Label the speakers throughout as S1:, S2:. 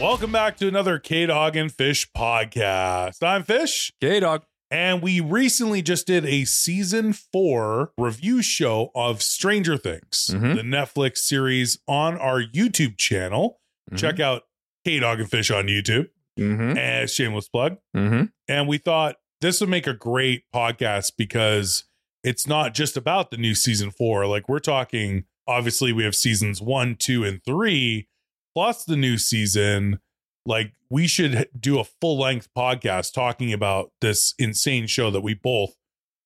S1: Welcome back to another K Dog and Fish podcast. I'm Fish,
S2: Gay dog.
S1: and we recently just did a season four review show of Stranger Things,
S2: Mhm.
S1: the Netflix series on our YouTube channel. Check out K Dog and Fish on YouTube.
S2: Mm-hmm.
S1: And shameless plug.
S2: Mm-hmm.
S1: And we thought this would make a great podcast because it's not just about the new season four. Like we're talking, obviously, we have seasons one, two, and three, plus the new season. Like we should do a full length podcast talking about this insane show that we both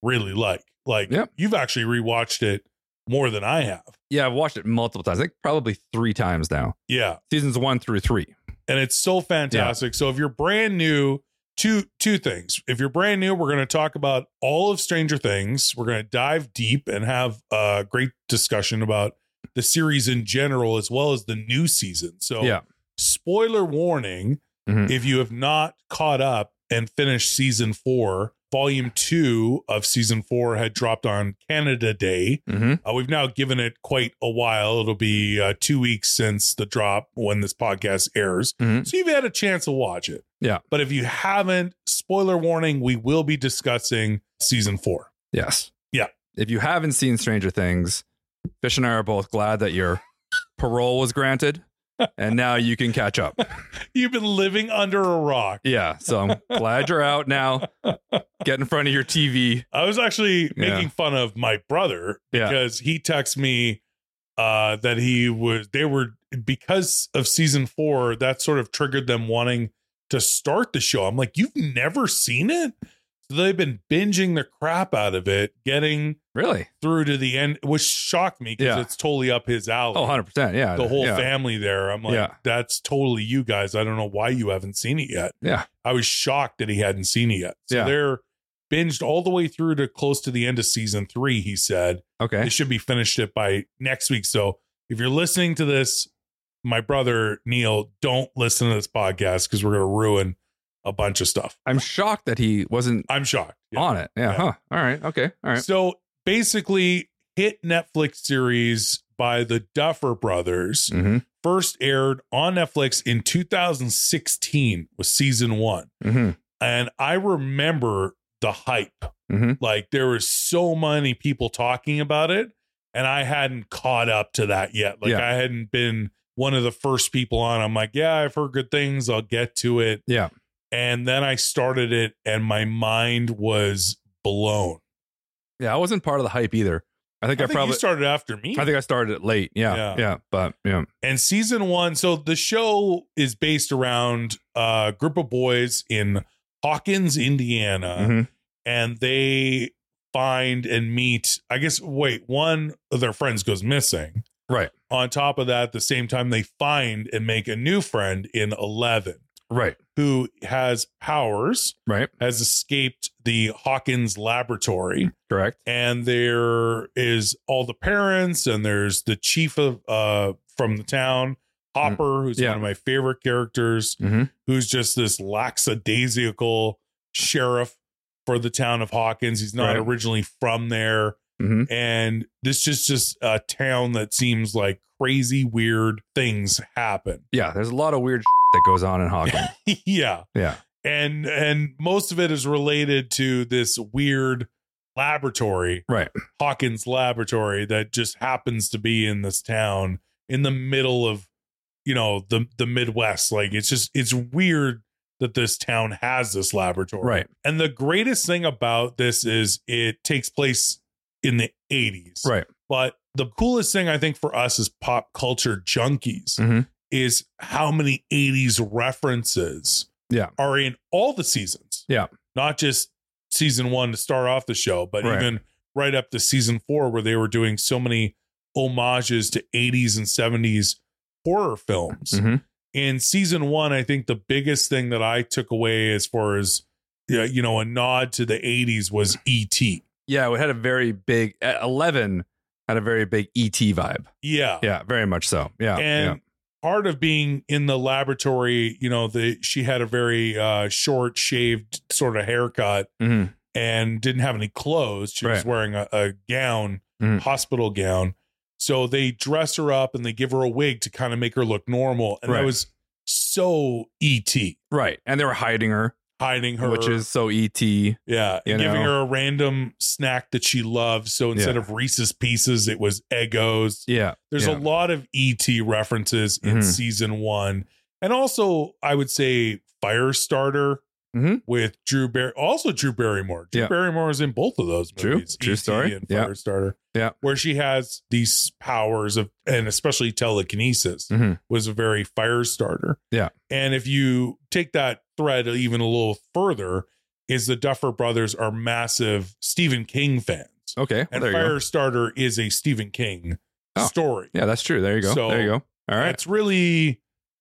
S1: really like. Like
S2: Yep.
S1: you've actually rewatched it more than I have.
S2: Yeah, I've watched it multiple times. I think probably three times now.
S1: Yeah.
S2: Seasons one through three.
S1: and it's so fantastic. So if you're brand new, two two things. If you're brand new, we're going to talk about all of Stranger Things. We're going to dive deep and have a great discussion about the series in general as well as the new season. So
S2: Yeah.
S1: spoiler warning,
S2: Mhm.
S1: if you have not caught up and finished season 4, volume 2 of season 4 had dropped on Canada Day.
S2: Mm-hmm.
S1: Uh, we've now given it quite a while. It'll be uh, two weeks since the drop when this podcast airs.
S2: Mhm.
S1: So you've had a chance to watch it.
S2: Yeah.
S1: But if you haven't, spoiler warning, we will be discussing season four.
S2: Yes.
S1: Yeah.
S2: If you haven't seen Stranger Things, Fish and I are both glad that your parole was granted and now you can catch up.
S1: You've been living under a rock.
S2: Yeah. So I'm glad you're out now. Get in front of your TV.
S1: I was actually
S2: Yeah.
S1: making fun of my brother
S2: Yeah.
S1: because he texted me uh, that he was, they were, because of season four, that sort of triggered them wanting to start the show. I'm like, you've never seen it? So they've been binging the crap out of it, getting
S2: Really?
S1: through to the end, which shocked me because
S2: Yeah.
S1: it's totally up his alley.
S2: Oh, 100%. Yeah.
S1: the whole
S2: yeah.
S1: family there. I'm like,
S2: Yeah.
S1: that's totally you guys. I don't know why you haven't seen it yet.
S2: Yeah.
S1: I was shocked that he hadn't seen it yet. So
S2: Yeah.
S1: they're binged all the way through to close to the end of season three, he said. They
S2: Okay.
S1: should be finished it by next week. So if you're listening to this, my brother Neil, don't listen to this podcast because we're gonna ruin a bunch of stuff.
S2: I'm shocked that he wasn't
S1: I'm shocked. Yeah.
S2: on it. Yeah.
S1: Yeah.
S2: Huh. All right. Okay. All right.
S1: So basically, hit Netflix series by the Duffer Brothers.
S2: Mm-hmm.
S1: first aired on Netflix in 2016 was season one.
S2: Mm-hmm.
S1: And I remember the hype.
S2: Mhm.
S1: Like there was so many people talking about it, and I hadn't caught up to that yet. Like
S2: Yeah.
S1: I hadn't been one of the first people on. I'm like, yeah, I've heard good things. I'll get to it.
S2: Yeah.
S1: And then I started it, and my mind was blown.
S2: Yeah. I wasn't part of the hype either. I think I,
S1: I think
S2: probably.
S1: you started after me.
S2: I think I started it late. Yeah,
S1: Yeah.
S2: yeah. But yeah.
S1: and season one so the show is based around a group of boys in hawkins indiana
S2: Mhm.
S1: and they find and meet i guess wait one of their friends goes missing
S2: Right.
S1: on top of that at the same time they find and make a new friend in 11
S2: Right.
S1: who has powers
S2: Right.
S1: has escaped the hawkins laboratory
S2: Correct.
S1: and there is all the parents and there's the chief of uh from the town hopper who's
S2: Mm, yeah.
S1: one of my favorite characters
S2: Mhm.
S1: who's just this lackadaisical sheriff for the town of hawkins he's not
S2: Right.
S1: originally from there
S2: Mhm.
S1: and this is just a town that seems like crazy weird things happen
S2: Yeah. There's a lot of weird that goes on in Hawkins.
S1: yeah
S2: yeah.
S1: and and most of it is related to this weird laboratory
S2: Right.
S1: hawkins laboratory that just happens to be in this town in the middle of you know the the midwest like it's just it's weird that this town has this laboratory
S2: Right.
S1: and the greatest thing about this is it takes place in the 80s
S2: Right.
S1: but the coolest thing i think for us as pop culture junkies
S2: Mhm.
S1: is how many 80s references
S2: Yeah.
S1: are in all the seasons.
S2: Yeah.
S1: Not just season one to start off the show, but
S2: Right.
S1: even right up to season four, where they were doing so many homages to 80s and 70s horror films.
S2: Mhm.
S1: In season one, I think the biggest thing that I took away as far as, yeah, you know, a nod to the 80s was E E.T.
S2: Yeah. It had a very big. uh, Eleven had a very big ET vibe.
S1: Yeah.
S2: Yeah. Very much so. Yeah.
S1: Oh. and part of being in the laboratory you know the she had a very uh short shaved sort of haircut
S2: yeah. Mhm.
S1: and didn't have any clothes she was
S2: Right.
S1: wearing a, a gown
S2: Mhm.
S1: hospital gown so they dress her up and they give her a wig to kind of make her look normal and that
S2: Right.
S1: was so ET
S2: Right. And they were hiding her,
S1: hiding her,
S2: which is so E ET.
S1: yeah,
S2: you
S1: and giving
S2: know.
S1: her a random snack that she loves. So instead
S2: Yeah.
S1: of Reese's Pieces, it was Eggos.
S2: Yeah.
S1: There's
S2: yeah.
S1: a lot of ET references in
S2: Mhm.
S1: season one, and also I would say Firestarter
S2: Mhm.
S1: with Drew Barry, also Drew Barrymore. Drew
S2: Yeah.
S1: Barrymore is in both of those
S2: True.
S1: movies,
S2: True
S1: E.T.
S2: story.
S1: and
S2: Yeah.
S1: Firestarter.
S2: Yeah.
S1: where she has these powers of, and especially telekinesis
S2: Mhm.
S1: was a very Firestarter.
S2: Yeah.
S1: and if you take that thread even a little further, is the Duffer Brothers are massive Stephen King fans,
S2: Okay. well,
S1: and
S2: there you go.
S1: Firestarter is a Stephen King
S2: Oh.
S1: story.
S2: Yeah, that's true. There you go.
S1: So,
S2: there you go. All right.
S1: It's really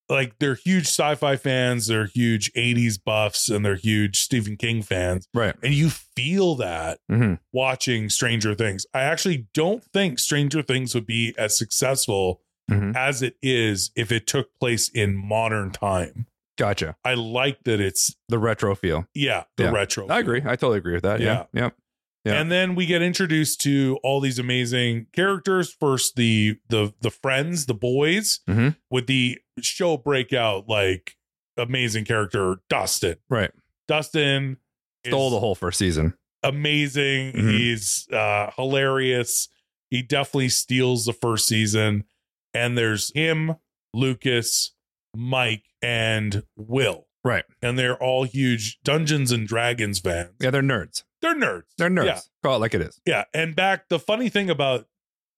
S1: like they're huge sci-fi fans, they're huge 80s buffs, and they're huge Stephen King fans.
S2: Right.
S1: And you feel that
S2: hmm
S1: watching Stranger Things. I actually don't think Stranger Things would be as successful
S2: Mhm.
S1: as it is if it took place in modern time.
S2: Gotcha.
S1: I like that it's
S2: The retro feel.
S1: yeah, the
S2: Yeah.
S1: retro.
S2: I agree. I totally agree with that. Yeah. Yep. Yeah.
S1: And then we get introduced to all these amazing characters. First, the the the friends, the boys,
S2: Mhm.
S1: with the show breakout like amazing character Dustin.
S2: Right.
S1: Dustin is
S2: Stole the whole first season.
S1: amazing.
S2: Mhm.
S1: He's uh, hilarious. He definitely steals the first season. And there's him, Lucas, Mike, and Will.
S2: Right.
S1: And they're all huge Dungeons and Dragons fans.
S2: Yeah, they're nerds.
S1: They're nerds.
S2: They're nerds.
S1: Yeah.
S2: Call it like it is.
S1: Yeah. And back, the funny thing about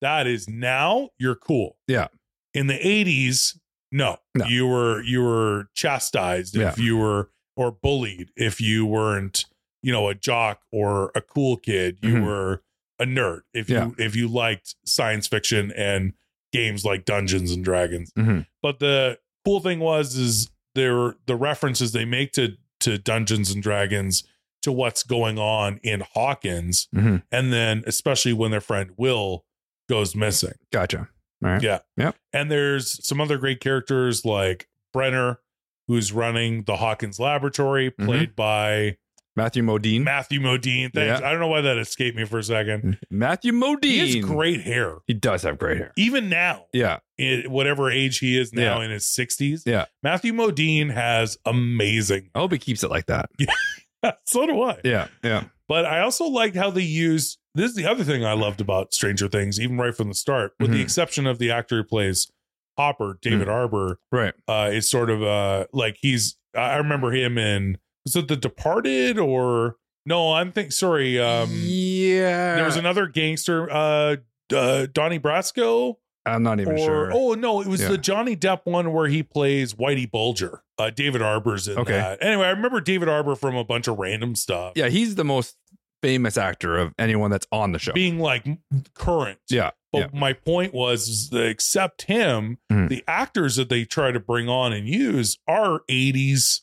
S1: that is now you're cool.
S2: Yeah.
S1: In the 80s, no,
S2: No.
S1: you were you were chastised if you were or bullied if you weren't, you know, a jock or a cool kid. You
S2: Mhm.
S1: were a nerd if
S2: Yeah.
S1: you if you liked science fiction and games like Dungeons and Dragons.
S2: Mhm.
S1: But the cool thing was is there the references they make to to Dungeons and Dragons to what's going on in Hawkins
S2: Mhm.
S1: and then especially when their friend Will goes missing.
S2: Gotcha. All right.
S1: Yeah.
S2: Yep.
S1: And there's some other great characters like Brenner, who's running the Hawkins Laboratory,
S2: Mhm.
S1: played by
S2: Matthew Modine.
S1: Matthew Modine. Thanks. I don't know why that escaped me for a second.
S2: Matthew Modine.
S1: He has great hair,
S2: He does have great hair.
S1: even now.
S2: Yeah.
S1: In whatever age he is now in his 60s.
S2: Yeah.
S1: Matthew Modine has amazing.
S2: I hope he keeps it like that.
S1: so do I.
S2: Yeah. Yeah.
S1: But I also liked how they used this is the other thing I loved about Stranger Things, even right from the start, with the
S2: Mhm.
S1: exception of the actor who plays
S2: Mm.
S1: Hopper, David Arbor,
S2: Right.
S1: uh, is sort of uh like he's I I remember him in was it The Departed or no, I'm think sorry, um
S2: yeah.
S1: there was another gangster uh uh, Donnie Brasco,
S2: I'm not even
S1: or
S2: sure.
S1: oh no, it was
S2: Yeah.
S1: the Johnny Depp one where he plays Whitey Bulger. Uh, David Arbor's in
S2: Okay.
S1: that. Anyway, I remember David Arbor from a bunch of random stuff.
S2: Yeah. He's the most famous actor of anyone that's on the show.
S1: being like current.
S2: Yeah,
S1: But my point was is that except him,
S2: Mhm.
S1: the actors that they try to bring on and use are 80s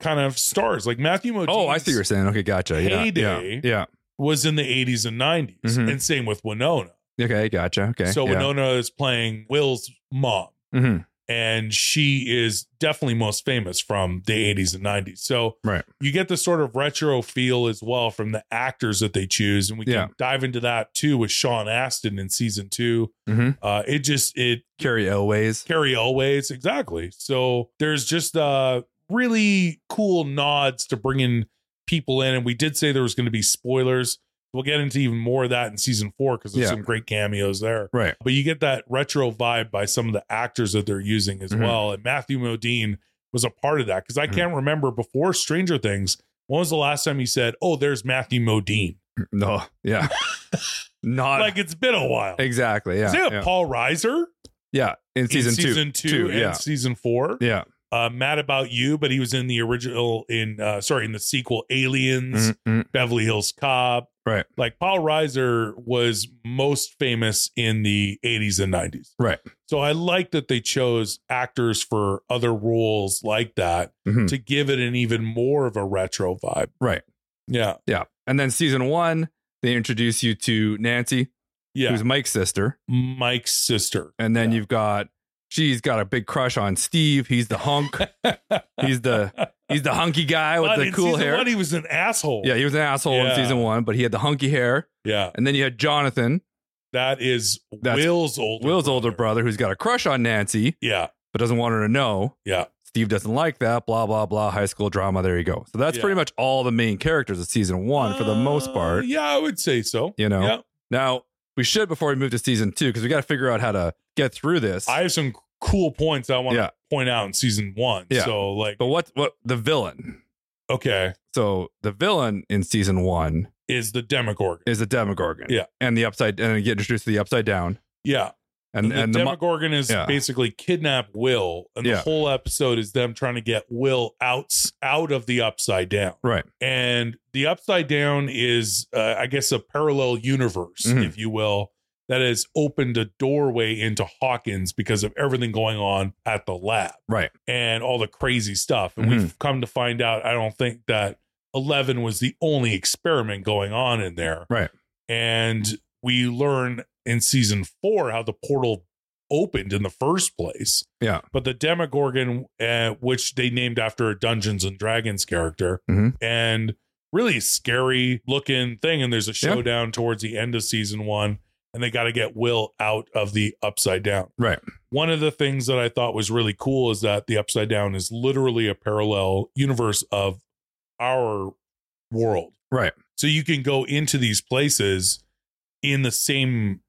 S1: kind of stars. Like Matthew Modine
S2: oh, I see what you're saying. Okay. Gotcha. Yeah.
S1: Heyday.
S2: Yeah.
S1: was in the 80s and 90s.
S2: Mhm.
S1: And same with Winona.
S2: yeah. Okay. Gotcha. Okay.
S1: So
S2: yeah.
S1: Winona is playing Will's mom.
S2: Mhm.
S1: And she is definitely most famous from the 80s and 90s. So
S2: Right.
S1: you get this sort of retro feel as well from the actors that they choose. And we
S2: Yeah.
S1: can dive into that too with Sean Astin in season two.
S2: Mhm.
S1: Uh, it just it
S2: Carrie Elways.
S1: carry always exactly. So there's just uh really cool nods to bringing people in, and we did say there was going to be spoilers. We'll get into even more of that in season four because there's
S2: Yeah.
S1: some great cameos there.
S2: Right.
S1: But you get that retro vibe by some of the actors that they're using as
S2: Mhm.
S1: well. And Matthew Modine was a part of that because I
S2: Mhm.
S1: can't remember before Stranger Things. When was the last time you said, "Oh, there's Matthew Modine"?
S2: No. Yeah. not
S1: like it's been a while.
S2: exactly. Uh, Yeah.
S1: Is it
S2: Yeah.
S1: Paul Reiser
S2: Yeah, In season,
S1: in season two,
S2: Two,
S1: and
S2: yeah.
S1: season four?
S2: two. Yeah.
S1: uh, Mad About You, but he was in the original in uh, sorry in the sequel Aliens,
S2: Mhm.
S1: Beverly Hills Cop.
S2: Right.
S1: Like Paul Reiser was most famous in the 80s and 90s.
S2: Right.
S1: So I like that they chose actors for other roles like that
S2: Mhm.
S1: to give it an even more of a retro vibe.
S2: Right.
S1: Yeah.
S2: Yeah. And then season one, they introduce you to Nancy,
S1: Yeah.
S2: who's Mike's sister.
S1: Mike's sister.
S2: And then
S1: Yeah.
S2: you've got she's got a big crush on Steve. He's the hunk. he's the he's the hunky guy with
S1: But
S2: the
S1: in
S2: cool
S1: season
S2: hair.
S1: one, he was an asshole.
S2: yeah, he was an asshole
S1: Yeah.
S2: in season one, but he had the hunky hair.
S1: Yeah.
S2: And then you had Jonathan,
S1: That is
S2: That's
S1: Will's older
S2: Will's older brother, who's got a crush on Nancy
S1: Yeah.
S2: but doesn't want her to know.
S1: Yeah.
S2: Steve doesn't like that, blah, blah, blah, high school drama. There you go. So that's
S1: Yeah.
S2: pretty much all the main characters of season one for the most
S1: Uh,
S2: part.
S1: Yeah, I would say so.
S2: You know?
S1: Yeah.
S2: Now, we should before we move to season two, because we got to figure out how to get through this.
S1: I have some cool points I want to
S2: Yeah.
S1: point out in season one.
S2: Yeah.
S1: So, like,
S2: but what, what the villain?
S1: okay,
S2: So the villain in season one
S1: is the Demogorgon.
S2: is the Demogorgon.
S1: Yeah.
S2: And the upside, and you get introduced to the upside down.
S1: Yeah.
S2: And,
S1: the
S2: and the, mo-
S1: Demogorgon is
S2: yeah.
S1: basically kidnap Will, and the
S2: Yeah.
S1: whole episode is them trying to get Will out out of the Upside Down.
S2: right.
S1: And the Upside Down is, uh, I guess, a parallel universe,
S2: Mhm.
S1: if you will, that has opened a doorway into Hawkins because of everything going on at the lab,
S2: Right. Mm-hmm.
S1: And all the crazy stuff. And we've come to find out, I don't think that Eleven was the only experiment going on in there,
S2: Right.
S1: And we learn in season four how the portal opened in the first place.
S2: Yeah.
S1: But the Demogorgon, uh, which they named after a Dungeons and Dragons character,
S2: Mhm.
S1: and really scary looking thing. And there's a showdown towards the end of season one, and they got to get Will out of the Upside Down.
S2: Right.
S1: One of the things that I thought was really cool is that the Upside Down is literally a parallel universe of our world.
S2: Right.
S1: So you can go into these places in the same,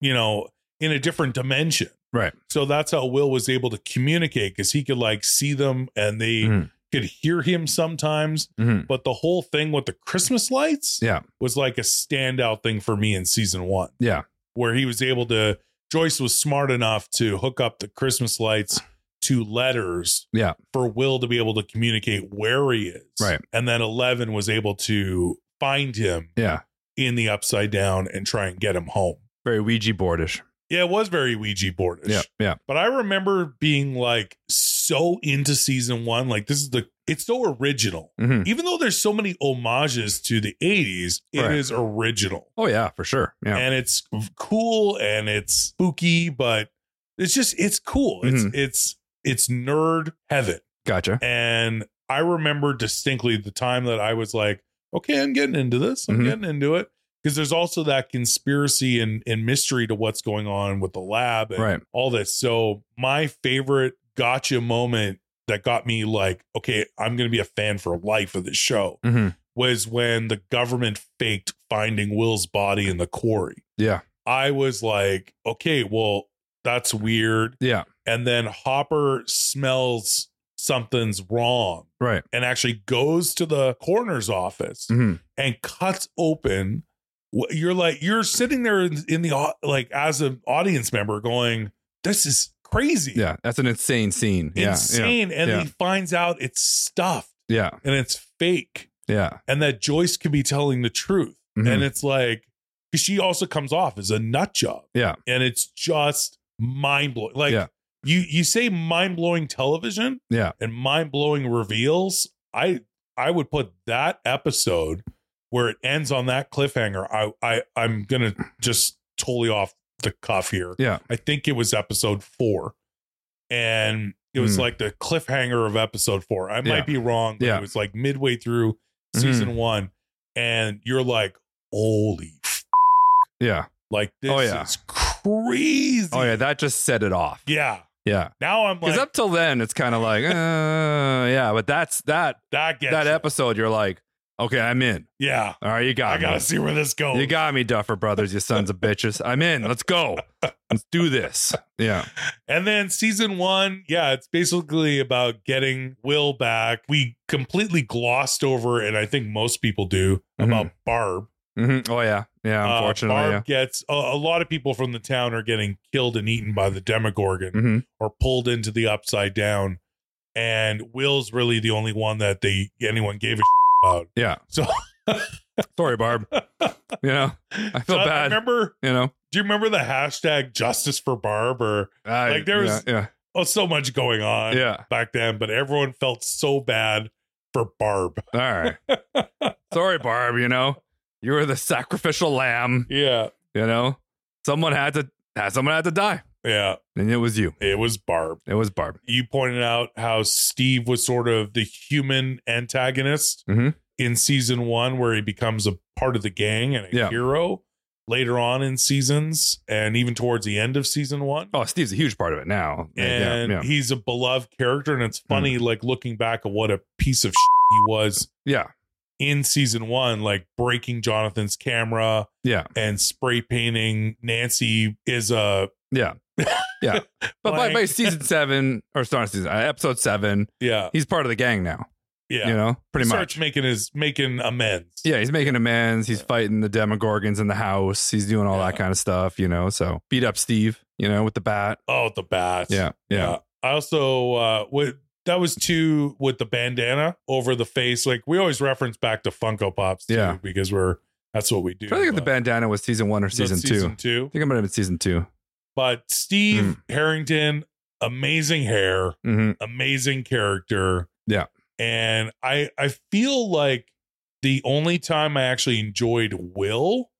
S1: you know, in a different dimension.
S2: Right.
S1: So that's how Will was able to communicate because he could like see them and they
S2: Mhm.
S1: could hear him sometimes.
S2: Mhm.
S1: But the whole thing with the Christmas lights
S2: Yeah.
S1: was like a standout thing for me in season one.
S2: Yeah.
S1: Where he was able to, Joyce was smart enough to hook up the Christmas lights to letters
S2: Yeah.
S1: for Will to be able to communicate where he is.
S2: Right.
S1: And then Eleven was able to find him
S2: Yeah.
S1: in the upside down and try and get him home.
S2: Very Ouija boardish.
S1: Yeah, it was very Ouija boardish.
S2: Yeah. Yeah.
S1: But I remember being like so into season one. Like this is the it's so original.
S2: hmm
S1: Even though there's so many homages to the 80s, it is
S2: Right.
S1: original.
S2: Oh, yeah, for sure. Yeah.
S1: And it's cool and it's spooky, but it's just it's cool. It's
S2: Mhm.
S1: it's it's nerd heaven.
S2: gotcha.
S1: And I remember distinctly the time that I was like, okay, I'm getting into this. I'm
S2: Mhm.
S1: getting into it. Because there's also that conspiracy and, and mystery to what's going on with the lab and
S2: Right.
S1: all this. So my favorite gotcha moment that got me like, okay, I'm gonna be a fan for life of this show
S2: hmm
S1: was when the government faked finding Will's body in the quarry.
S2: Yeah.
S1: I was like, okay, well, that's weird
S2: Yeah.
S1: and then Hopper smells something's wrong
S2: Right.
S1: and actually goes to the coroner's office
S2: hmm
S1: and cuts open. wh- You're like you're sitting there in, in the au- like as an audience member going, "This is crazy,
S2: Yeah. That's an insane scene. Yeah.
S1: insane," and
S2: yeah.
S1: he finds out it's stuffed
S2: Yeah.
S1: and it's fake,
S2: Yeah.
S1: and that Joyce could be telling the truth,
S2: Mhm.
S1: and it's like 'cause she also comes off as a nut job,
S2: Yeah.
S1: and it's just mind blowing. Like
S2: Yeah.
S1: you you say mind blowing television,
S2: Yeah.
S1: and mind blowing reveals. I I would put that episode where it ends on that cliffhanger. I I I'm gonna just totally off the cuff here.
S2: Yeah.
S1: I think it was episode four, and it was
S2: Hmm.
S1: like the cliffhanger of episode four. I might
S2: Yeah.
S1: be wrong, but
S2: Yeah.
S1: it was like midway through season
S2: Mm.
S1: one, and you're like, holy. F-.
S2: Yeah.
S1: Like this
S2: Oh, yeah.
S1: is crazy.
S2: Oh, yeah. That just set it off.
S1: Yeah.
S2: Yeah.
S1: Now I'm
S2: Because
S1: like
S2: up till then, it's kind of like, uh, yeah. But that's that,
S1: that gets
S2: that
S1: you.
S2: episode, you're like, okay, I'm in.
S1: Yeah.
S2: All right. You got
S1: I
S2: me.
S1: gotta see where this goes.
S2: Oh, you got me, Duffer Brothers, you sons of bitches. I'm in. Let's go. Let's do this. Yeah.
S1: And then season one, yeah, it's basically about getting Will back. We completely glossed over, and I think most people do, about Barb.
S2: hmm Oh, yeah. Yeah.
S1: Uh,
S2: Mm-hmm. Unfortunately.
S1: Barb gets a, a lot of people from the town are getting killed and eaten by the Demogorgon
S2: yeah. hmm
S1: or pulled into the Upside Down, and Will's really the only one that they anyone gave a about.
S2: Yeah.
S1: So-
S2: sorry, Barb. You know, I
S1: So
S2: feel bad.
S1: remember,
S2: you know,
S1: do you remember the hashtag Justice for Barb? Or
S2: I,
S1: Like, there was-
S2: yeah,
S1: oh, so much going
S2: yeah,
S1: on
S2: yeah.
S1: back then, but everyone felt so bad for Barb.
S2: All right. Sorry, Barb. You know, you were the sacrificial lamb.
S1: Yeah.
S2: You know, someone had to, had- someone had to die,
S1: Yeah.
S2: and it was you.
S1: It was Barb.
S2: It was Barb.
S1: You pointed out how Steve was sort of the human antagonist
S2: Mhm.
S1: in season one, where he becomes a part of the gang and a
S2: Yeah.
S1: hero. later on in seasons and even towards the end of season one.
S2: Oh, Steve's a huge part of it now. Yeah,
S1: and
S2: yeah, Mm. yeah.
S1: he's a beloved character, and it's funny, like looking back at what a piece of shit he was
S2: yeah,
S1: in season one, like breaking Jonathan's camera
S2: yeah,
S1: and spray painting Nancy is a
S2: yeah. But by,
S1: Like-
S2: by season seven or it's not season uh, episode seven,
S1: yeah
S2: he's part of the gang now.
S1: yeah.
S2: You know, pretty
S1: starts
S2: much.
S1: making his making amends.
S2: Yeah, he's making amends. He's fighting the Demogorgons in the house. He's doing all that
S1: Yeah.
S2: kind of stuff. You know, so beat up Steve. You know, with the bat.
S1: Oh, the bat.
S2: Yeah, yeah,
S1: I also uh with that was two with the bandana over the face. Like we always reference back to Funko Pops too,
S2: Yeah.
S1: because we're that's what we do.
S2: I think the
S1: but
S2: bandana was season one or
S1: that's
S2: season two.
S1: season
S2: I think I might have been season 2
S1: But Steve
S2: Hmm.
S1: Harrington, amazing hair,
S2: Mm-hmm.
S1: amazing character.
S2: Yeah.
S1: And I I feel like the only time I actually enjoyed Will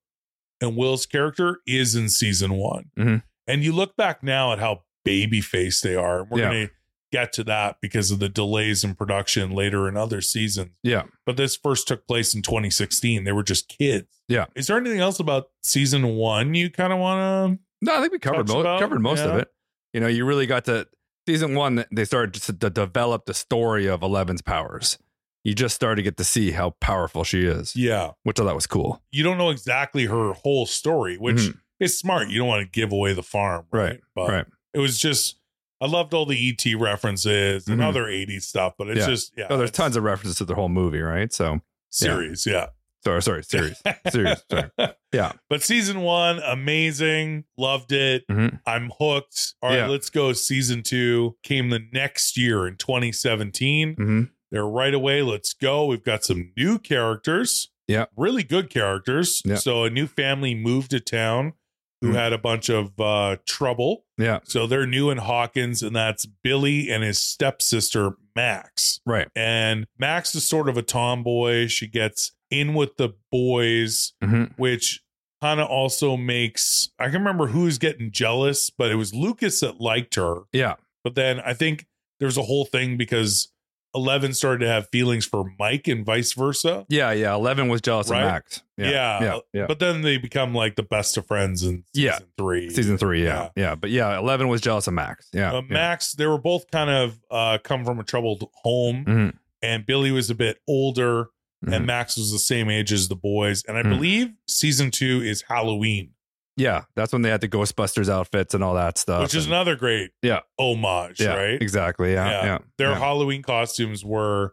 S1: and Will's character is in season one.
S2: Mhm.
S1: And you look back now at how baby faced they are. And we're
S2: Yeah.
S1: gonna get to that because of the delays in production later in other seasons.
S2: Yeah.
S1: But this first took place in 2016. They were just kids.
S2: Yeah.
S1: Is there anything else about season one you kind of wanna
S2: No, I think we covered
S1: Touched
S2: most
S1: about,
S2: covered most of
S1: yeah.
S2: it. You know, you really got to season one. They started to, to develop the story of Eleven's powers. You just started to get to see how powerful she is,
S1: Yeah.
S2: which I thought was cool.
S1: you don't know exactly her whole story, which
S2: Mhm.
S1: is smart. You don't want to give away the farm, right?
S2: Right,
S1: But
S2: right.
S1: it was just I loved all the ET references and
S2: Mhm.
S1: other 80s stuff, but it's
S2: Yeah.
S1: just yeah.
S2: oh, there's
S1: it's
S2: tons of references to the whole movie, right? So,
S1: series, yeah.
S2: sorry, sorry, series, series. Sorry. Yeah.
S1: But season 1 amazing, loved it.
S2: Mhm.
S1: I'm hooked. All right,
S2: Yeah.
S1: let's go season 2 came the next year in 2017.
S2: hmm
S1: They're right away. Let's go. We've got some new characters.
S2: Yeah.
S1: Really good characters.
S2: Yeah.
S1: So a new family moved to town who
S2: Mhm.
S1: had a bunch of uh trouble.
S2: Yeah,
S1: So they're new in Hawkins, and that's Billy and his stepsister Max.
S2: right.
S1: And Max is sort of a tomboy. She gets in with the boys,
S2: hmm
S1: which kind of also makes I can remember who's getting jealous, but it was Lucas that liked her.
S2: Yeah,
S1: But then I think there's a whole thing because Eleven started to have feelings for Mike and vice versa.
S2: yeah, yeah. Eleven was jealous
S1: Right?
S2: of Max.
S1: Yeah.
S2: yeah, yeah.
S1: But then they become like the best of friends in season
S2: Yeah.
S1: three.
S2: season three. Yeah, yeah, But yeah, Eleven was jealous of Max. Yeah,
S1: Uh,
S2: yeah.
S1: Max, they were both kind of uh, come from a troubled home,
S2: Mhm.
S1: and Billy was a bit older, and
S2: Mhm.
S1: Max was the same age as the boys. And I
S2: Mhm.
S1: believe season two is Halloween,
S2: Yeah, that's when they had the Ghostbusters outfits and all that stuff.
S1: which is
S2: and-
S1: another great
S2: Yeah.
S1: homage,
S2: yeah,
S1: right?
S2: Exactly. Yeah,
S1: Yeah.
S2: yeah.
S1: Their
S2: yeah.
S1: Halloween costumes were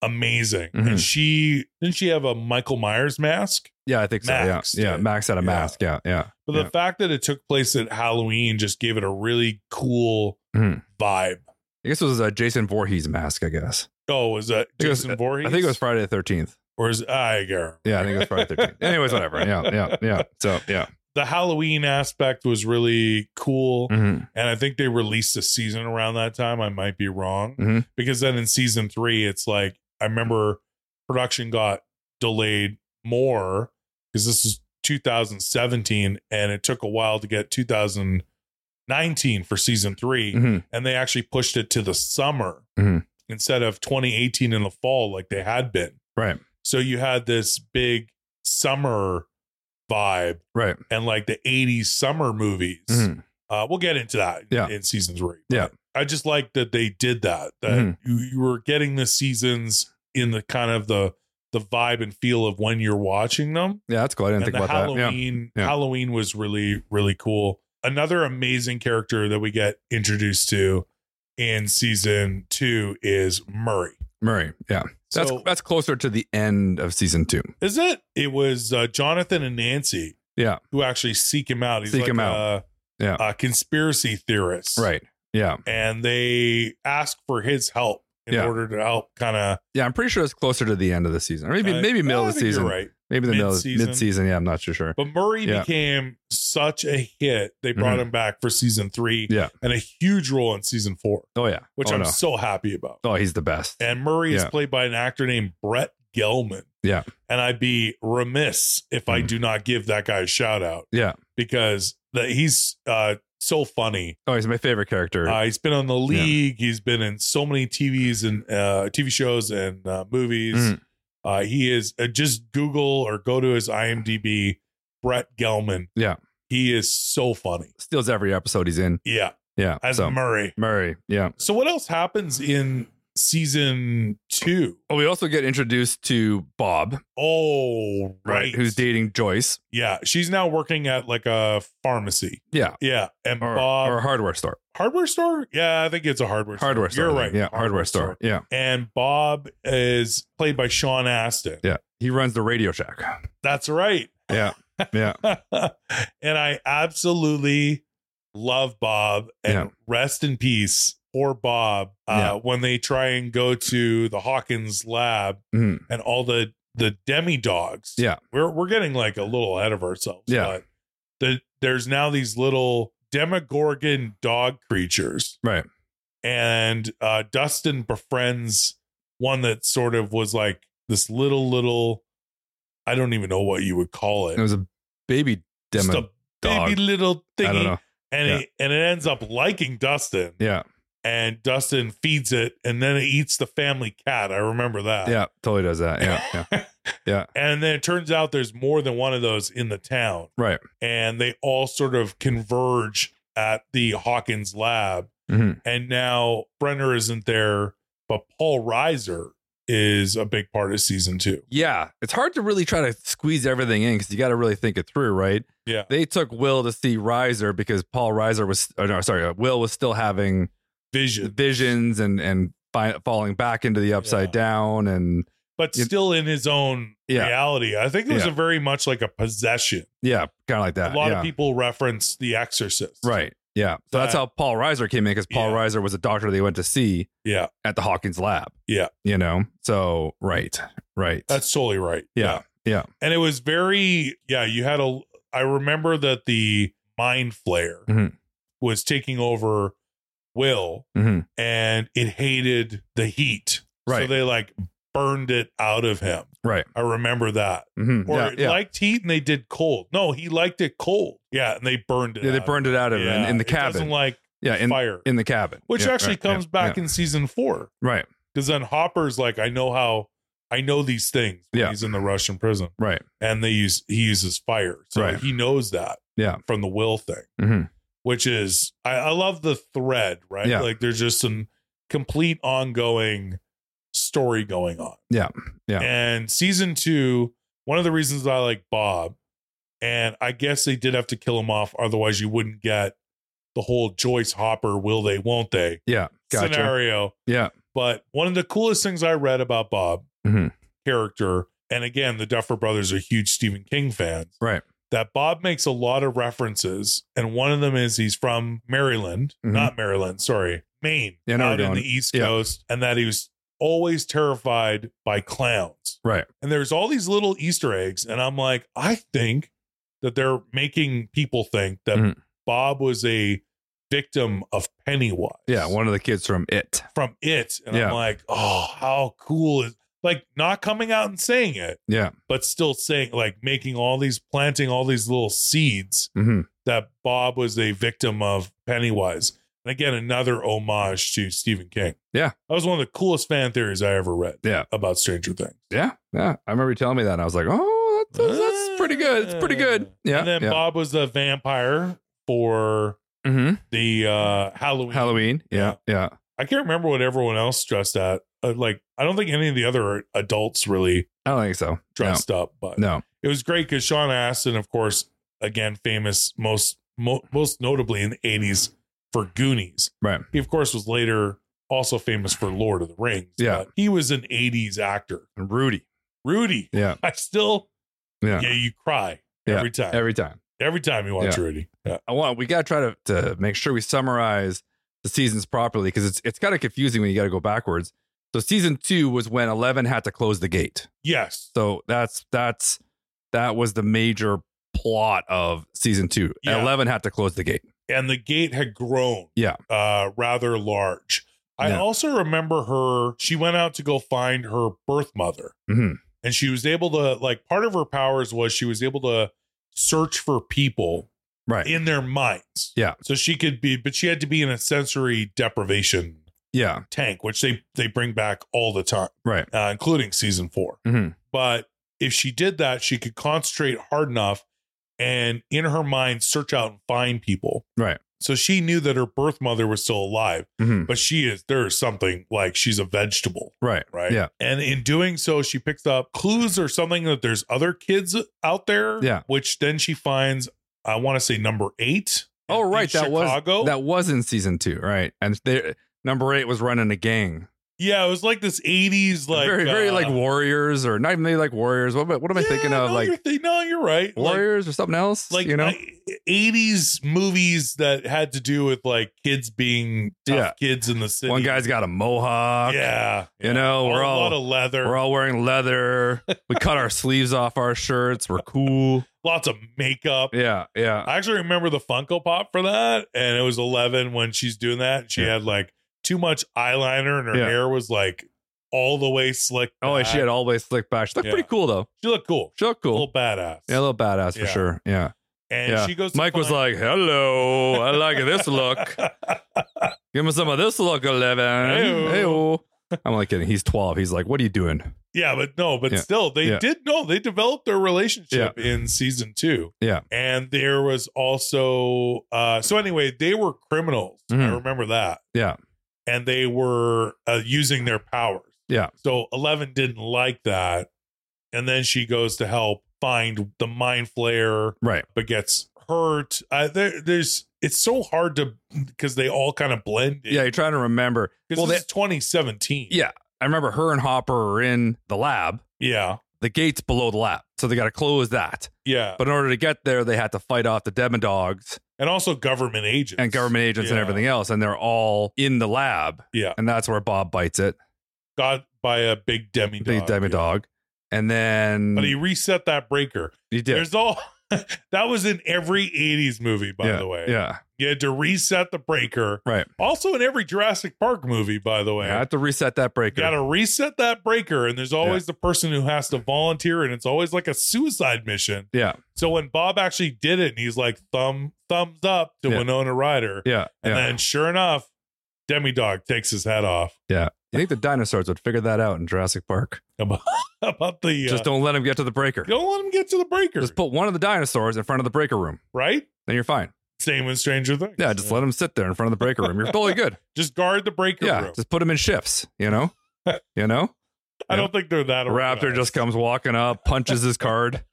S1: amazing,
S2: Mhm.
S1: and she didn't she have a Michael Myers mask?
S2: Yeah, I think
S1: Max
S2: so. Yeah, yeah.
S1: did.
S2: Max had a
S1: Yeah.
S2: mask. Yeah, yeah.
S1: But
S2: Yeah.
S1: the fact that it took place at Halloween just gave it a really cool
S2: Mhm.
S1: vibe.
S2: I guess it was a Jason Voorhees mask. I guess.
S1: Oh, was that
S2: think it was-
S1: Jason Voorhees?
S2: I think it was Friday the Thirteenth.
S1: or is I gar-
S2: Yeah, I think it was Friday the Thirteenth. Anyways, whatever. Yeah, yeah, yeah. So yeah,
S1: The Halloween aspect was really cool,
S2: Mhm.
S1: and I think they released the season around that time. I might be wrong
S2: Mhm.
S1: because then in season three, it's like I remember production got delayed more because this is 2017, and it took a while to get 2019 for season 3
S2: Mhm.
S1: and they actually pushed it to the summer
S2: Mhm.
S1: instead of 2018 in the fall like they had been.
S2: Right.
S1: So you had this big summer vibe
S2: right.
S1: and like the 80s summer movies.
S2: Mhm.
S1: Uh, we'll get into that
S2: Yeah.
S1: in season three.
S2: Yeah.
S1: I just like that they did that. That
S2: Mhm.
S1: you, you were getting the seasons in the kind of the the vibe and feel of when you're watching them
S2: Yeah, that's cool. I didn't
S1: and
S2: think
S1: the
S2: about that. Yeah.
S1: Halloween
S2: Yeah.
S1: Halloween was really really cool. Another amazing character that we get introduced to in season two is Murray.
S2: Murray. Yeah, that's
S1: so
S2: that's closer to the end of season two.
S1: is it? It was uh, Jonathan and Nancy.
S2: Yeah.
S1: who actually seek him out. He's
S2: Seek
S1: like
S2: him out.
S1: A,
S2: Yeah.
S1: a conspiracy theorist,
S2: Right. Yeah.
S1: And they ask for his help in
S2: Yeah.
S1: order to help, kind of
S2: Yeah. I'm pretty sure it's closer to the end of the season, or maybe maybe middle of the season.
S1: right?
S2: Maybe the
S1: Mid-season.
S2: middle mid season. Yeah, I'm not too sure.
S1: But Murray
S2: Yeah.
S1: became such a hit. They brought
S2: Mhm.
S1: him back for season three
S2: Yeah.
S1: and a huge role in season four.
S2: Oh yeah.
S1: which
S2: oh,
S1: I'm
S2: no.
S1: so happy about.
S2: oh, he's the best.
S1: And Murray is
S2: Yeah.
S1: played by an actor named Brett Gelman.
S2: Yeah.
S1: And I'd be remiss if I
S2: Mhm.
S1: do not give that guy a shout out
S2: Yeah.
S1: because the, he's uh, so funny.
S2: Oh, he's my favorite character.
S1: Uh, he's been on the league. He's been in so many TVs and uh, TV shows and uh, movies.
S2: Mhm.
S1: Uh, he is uh, just Google or go to his IMDb. Brett Gelman.
S2: Yeah.
S1: He is so funny.
S2: Steals every episode he's in.
S1: Yeah.
S2: Yeah.
S1: As
S2: so
S1: Murray.
S2: Murray. Yeah.
S1: So what else happens in season two?
S2: Oh, we also get introduced to Bob,
S1: Oh, right.
S2: Who's dating Joyce.
S1: yeah. She's now working at like a pharmacy.
S2: Yeah.
S1: Yeah. And
S2: Or,
S1: Bob
S2: or a hardware store.
S1: hardware store? Yeah, I think it's a hardware store.
S2: Hardware store.
S1: You're
S2: I
S1: right.
S2: think. Yeah. Hardware, store. Yeah.
S1: And Bob is played by Sean Astin.
S2: Yeah. He runs the Radio Shack.
S1: That's right.
S2: Yeah. Yeah.
S1: and I absolutely love Bob and
S2: Yeah.
S1: rest in peace poor Bob uh,
S2: Yeah.
S1: when they try and go to the Hawkins lab
S2: Mhm.
S1: and all the the demi dogs.
S2: Yeah.
S1: We're we're getting like a little ahead of ourselves.
S2: Yeah.
S1: But the, there's now these little demogorgon dog creatures.
S2: Right.
S1: And uh Dustin befriends one that sort of was like this little little I don't even know what you would call it.
S2: It was a baby
S1: Just
S2: demo.
S1: a baby
S2: dog.
S1: little
S2: I don't
S1: thingy.
S2: know.
S1: And it and it ends up liking Dustin.
S2: Yeah.
S1: And Dustin feeds it and then it eats the family cat. I remember that.
S2: Yeah. Totally does that. Yeah. Yeah. Yeah.
S1: And then it turns out there's more than one of those in the town.
S2: Right.
S1: And they all sort of converge at the Hawkins lab.
S2: Mhm.
S1: And now Brenner isn't there, but Paul Reiser is a big part of season two.
S2: Yeah. It's hard to really try to squeeze everything in because you got to really think it through, right?
S1: Yeah.
S2: They took Will to see Riser because Paul Riser was, oh, no, sorry, uh, Will was still having
S1: Vision.
S2: visions and, and fi- falling back into the upside
S1: Yeah.
S2: down. And
S1: But
S2: You-
S1: still in his own
S2: Yeah.
S1: reality. I think it was
S2: Yeah.
S1: a very much like a possession.
S2: yeah, kind of like that.
S1: a lot
S2: yeah.
S1: of people reference The Exorcist.
S2: Right. Yeah. So that's
S1: That-
S2: how Paul Reiser came in because Paul
S1: Yeah.
S2: Reiser was a doctor they went to see
S1: Yeah.
S2: at the Hawkins lab.
S1: Yeah.
S2: You know? So, right. Right.
S1: That's totally right.
S2: Yeah, yeah.
S1: And it was very, yeah, you had a, I remember that the mind flayer
S2: Mhm.
S1: was taking over Will
S2: Mhm.
S1: and it hated the heat. So
S2: Right.
S1: they like burned it out of him.
S2: Right.
S1: I remember that.
S2: Mhm.
S1: Or
S2: yeah.
S1: it
S2: Yeah.
S1: liked heat and they did cold. No, he liked it cold. Yeah. And they burned it.
S2: yeah. They
S1: out.
S2: burned it out of him in,
S1: uh, Yeah,
S2: in the
S1: it doesn't
S2: cabin.
S1: like
S2: yeah. In,
S1: fire,
S2: in the cabin.
S1: which
S2: Yeah,
S1: actually
S2: right,
S1: comes
S2: yeah,
S1: back
S2: yeah.
S1: in season four.
S2: Right.
S1: Because then Hopper's like, I know how, I know these things. when
S2: Yeah.
S1: He's in the Russian prison.
S2: Right.
S1: and they use he uses fire so
S2: Right.
S1: he knows that
S2: Yeah.
S1: from the will thing
S2: Mhm.
S1: which is I, I love the thread right
S2: Yeah.
S1: like there's just an complete ongoing story going on
S2: Yeah. Yeah.
S1: and season two one of the reasons i like bob and i guess they did have to kill him off otherwise you wouldn't get the whole joyce hopper will they won't they
S2: Yeah. Gotcha.
S1: scenario
S2: Yeah.
S1: but one of the coolest things I read about Bob
S2: Mhm.
S1: character, and again, the Duffer brothers are huge Stephen King fans.
S2: Right.
S1: That Bob makes a lot of references, and one of them is he's from Maryland,
S2: Mhm.
S1: not Maryland, sorry, Maine,
S2: Yeah, now we're
S1: out in
S2: going-
S1: the East
S2: yeah.
S1: Coast, and that he was always terrified by clowns.
S2: Right.
S1: And there's all these little Easter eggs, and I'm like, I think that they're making people think that
S2: Mhm.
S1: Bob was a victim of Pennywise
S2: Yeah. One of the kids from It.
S1: from it and
S2: Yeah.
S1: i'm like oh how cool is like not coming out and saying it
S2: Yeah.
S1: but still saying like making all these planting all these little seeds
S2: hmm
S1: that bob was a victim of pennywise and again another homage to stephen king
S2: Yeah.
S1: that was one of the coolest fan theories i ever read
S2: Yeah.
S1: about stranger things
S2: Yeah. Yeah. I remember you telling me that. And I was like, oh, that's, that's, that's pretty good. It's pretty good. Yeah.
S1: and then
S2: yeah.
S1: bob was the vampire for
S2: Mhm.
S1: the uh halloween
S2: Halloween. Yeah. Yeah.
S1: i can't remember what everyone else dressed at Uh, like i don't think any of the other adults really
S2: I don't think so.
S1: dressed up. But
S2: No.
S1: it was great because Sean Astin, of course, again famous most mo- most notably in the eighties for Goonies.
S2: Right.
S1: He of course was later also famous for Lord of the Rings.
S2: Yeah.
S1: but he was an eighties actor.
S2: no. Rudy.
S1: Rudy,
S2: Yeah.
S1: I still
S2: Yeah.
S1: yeah, you cry
S2: Yeah.
S1: every time every,
S2: Every time.
S1: time you watch
S2: Yeah.
S1: Rudy. Yeah.
S2: I want we gotta try to, to make sure we summarize the seasons properly because it's it's kind of confusing when you gotta go backwards. So season two was when Eleven had to close the gate.
S1: Yes,
S2: So that's that's that was the major plot of season two.
S1: Yeah.
S2: Eleven had to close the gate.
S1: and the gate had grown.
S2: Yeah.
S1: uh, rather large. I
S2: Yeah.
S1: also remember her. She went out to go find her birth mother.
S2: Mhm.
S1: and she was able to like part of her powers was she was able to search for people
S2: Right.
S1: in their minds
S2: Yeah.
S1: so she could be but she had to be in a sensory deprivation
S2: yeah.
S1: tank which they they bring back all the time
S2: Right.
S1: uh, including season 4
S2: Mhm.
S1: but if she did that she could concentrate hard enough and in her mind search out and find people.
S2: Right.
S1: So she knew that her birth mother was still alive,
S2: Mhm.
S1: but she is there is something like she's a vegetable
S2: Right.
S1: right?
S2: Yeah.
S1: And in doing so, she picks up clues or something that there's other kids out there.
S2: Yeah.
S1: Which then she finds, I want to say number eight.
S2: Oh,
S1: in
S2: right, that was-
S1: Chicago.
S2: That was in season two, right? And they, number eight was running a gang.
S1: yeah, it was like this 80s, like
S2: very, very
S1: uh,
S2: like warriors, or not even really like warriors. What, am I- what am I
S1: yeah,
S2: thinking of?
S1: no,
S2: Like
S1: you're thi- no, you're right. Like,
S2: warriors or something else?
S1: like
S2: you know,
S1: ni- 80s movies that had to do with like kids being tough
S2: Yeah.
S1: kids in the city.
S2: one guy's got a mohawk.
S1: yeah,
S2: You know, we're
S1: a
S2: all
S1: lot of leather,
S2: we're all wearing leather. we cut our sleeves off our shirts. We're cool.
S1: lots of makeup.
S2: Yeah, yeah.
S1: I actually remember the Funko Pop for that, and it was 11 when she's doing that. and She
S2: Yeah.
S1: had like too much eyeliner, and her
S2: Yeah.
S1: hair was like all the way slick.
S2: Oh, and
S1: back.
S2: she had all the way slick back. She looked
S1: Yeah.
S2: pretty cool though.
S1: She looked cool,
S2: She looked
S1: a
S2: cool.
S1: little badass.
S2: Yeah, a little badass for
S1: Yeah.
S2: sure. Yeah.
S1: and
S2: yeah.
S1: she goes. to
S2: Mike was
S1: find-
S2: like, "Hello, I like this look. Give me some of this look, eleven.
S1: Heyo.
S2: Hey, I'm like kidding. He's twelve. He's like, "What are you doing?"
S1: yeah, but no, but
S2: Yeah.
S1: still, they
S2: Yeah.
S1: did no. They developed their relationship in season two.
S2: Yeah.
S1: and there was also uh so anyway, they were criminals. I
S2: Mhm.
S1: remember that.
S2: Yeah.
S1: and they were uh, using their powers.
S2: Yeah.
S1: So Eleven didn't like that, and then she goes to help find the mind flayer,
S2: Right.
S1: but gets hurt. Uh, there, there's it's so hard to because they all kind of blend.
S2: Yeah, you're trying to remember.
S1: Because
S2: Well,
S1: this
S2: they-
S1: is 2017.
S2: Yeah. I remember her and Hopper are in the lab.
S1: Yeah.
S2: The gate's below the lab, so they got to close that.
S1: Yeah.
S2: But in order to get there, they had to fight off the Demon Dogs
S1: and also government agents
S2: and government agents and
S1: Yeah.
S2: everything else, and they're all in the lab.
S1: Yeah.
S2: and that's where Bob bites it,
S1: Got by a big demi
S2: the
S1: dog.
S2: Demon Dog, and then
S1: But he reset that breaker.
S2: he did.
S1: There's all that was in every 80s movie, by
S2: yeah,
S1: the way.
S2: yeah,
S1: You had to reset the breaker.
S2: Right.
S1: Also in every Jurassic Park movie, by the way.
S2: I have to reset that breaker.
S1: You got to reset that breaker, and there's always the person who has to volunteer, and it's always like a suicide mission.
S2: yeah,
S1: So when Bob actually did it, and he's like thumb thumbs up to
S2: Yeah.
S1: Winona Ryder,
S2: yeah,
S1: and
S2: yeah.
S1: then sure enough, Demi Dog takes his head off
S2: you think the dinosaurs would figure that out in Jurassic Park?
S1: about, about the
S2: Just
S1: uh,
S2: don't let them get to the breaker.
S1: don't let him get to the breaker,
S2: Just put one of the dinosaurs in front of the breaker room.
S1: right?
S2: Then you're fine.
S1: Same with Stranger Things.
S2: Yeah, just let them sit there in front of the breaker room. You're totally good.
S1: just guard the breaker
S2: Yeah,
S1: room.
S2: just put them in shifts. You know, you know.
S1: I don't think they're that.
S2: A raptor
S1: organized.
S2: just comes walking up, punches his card.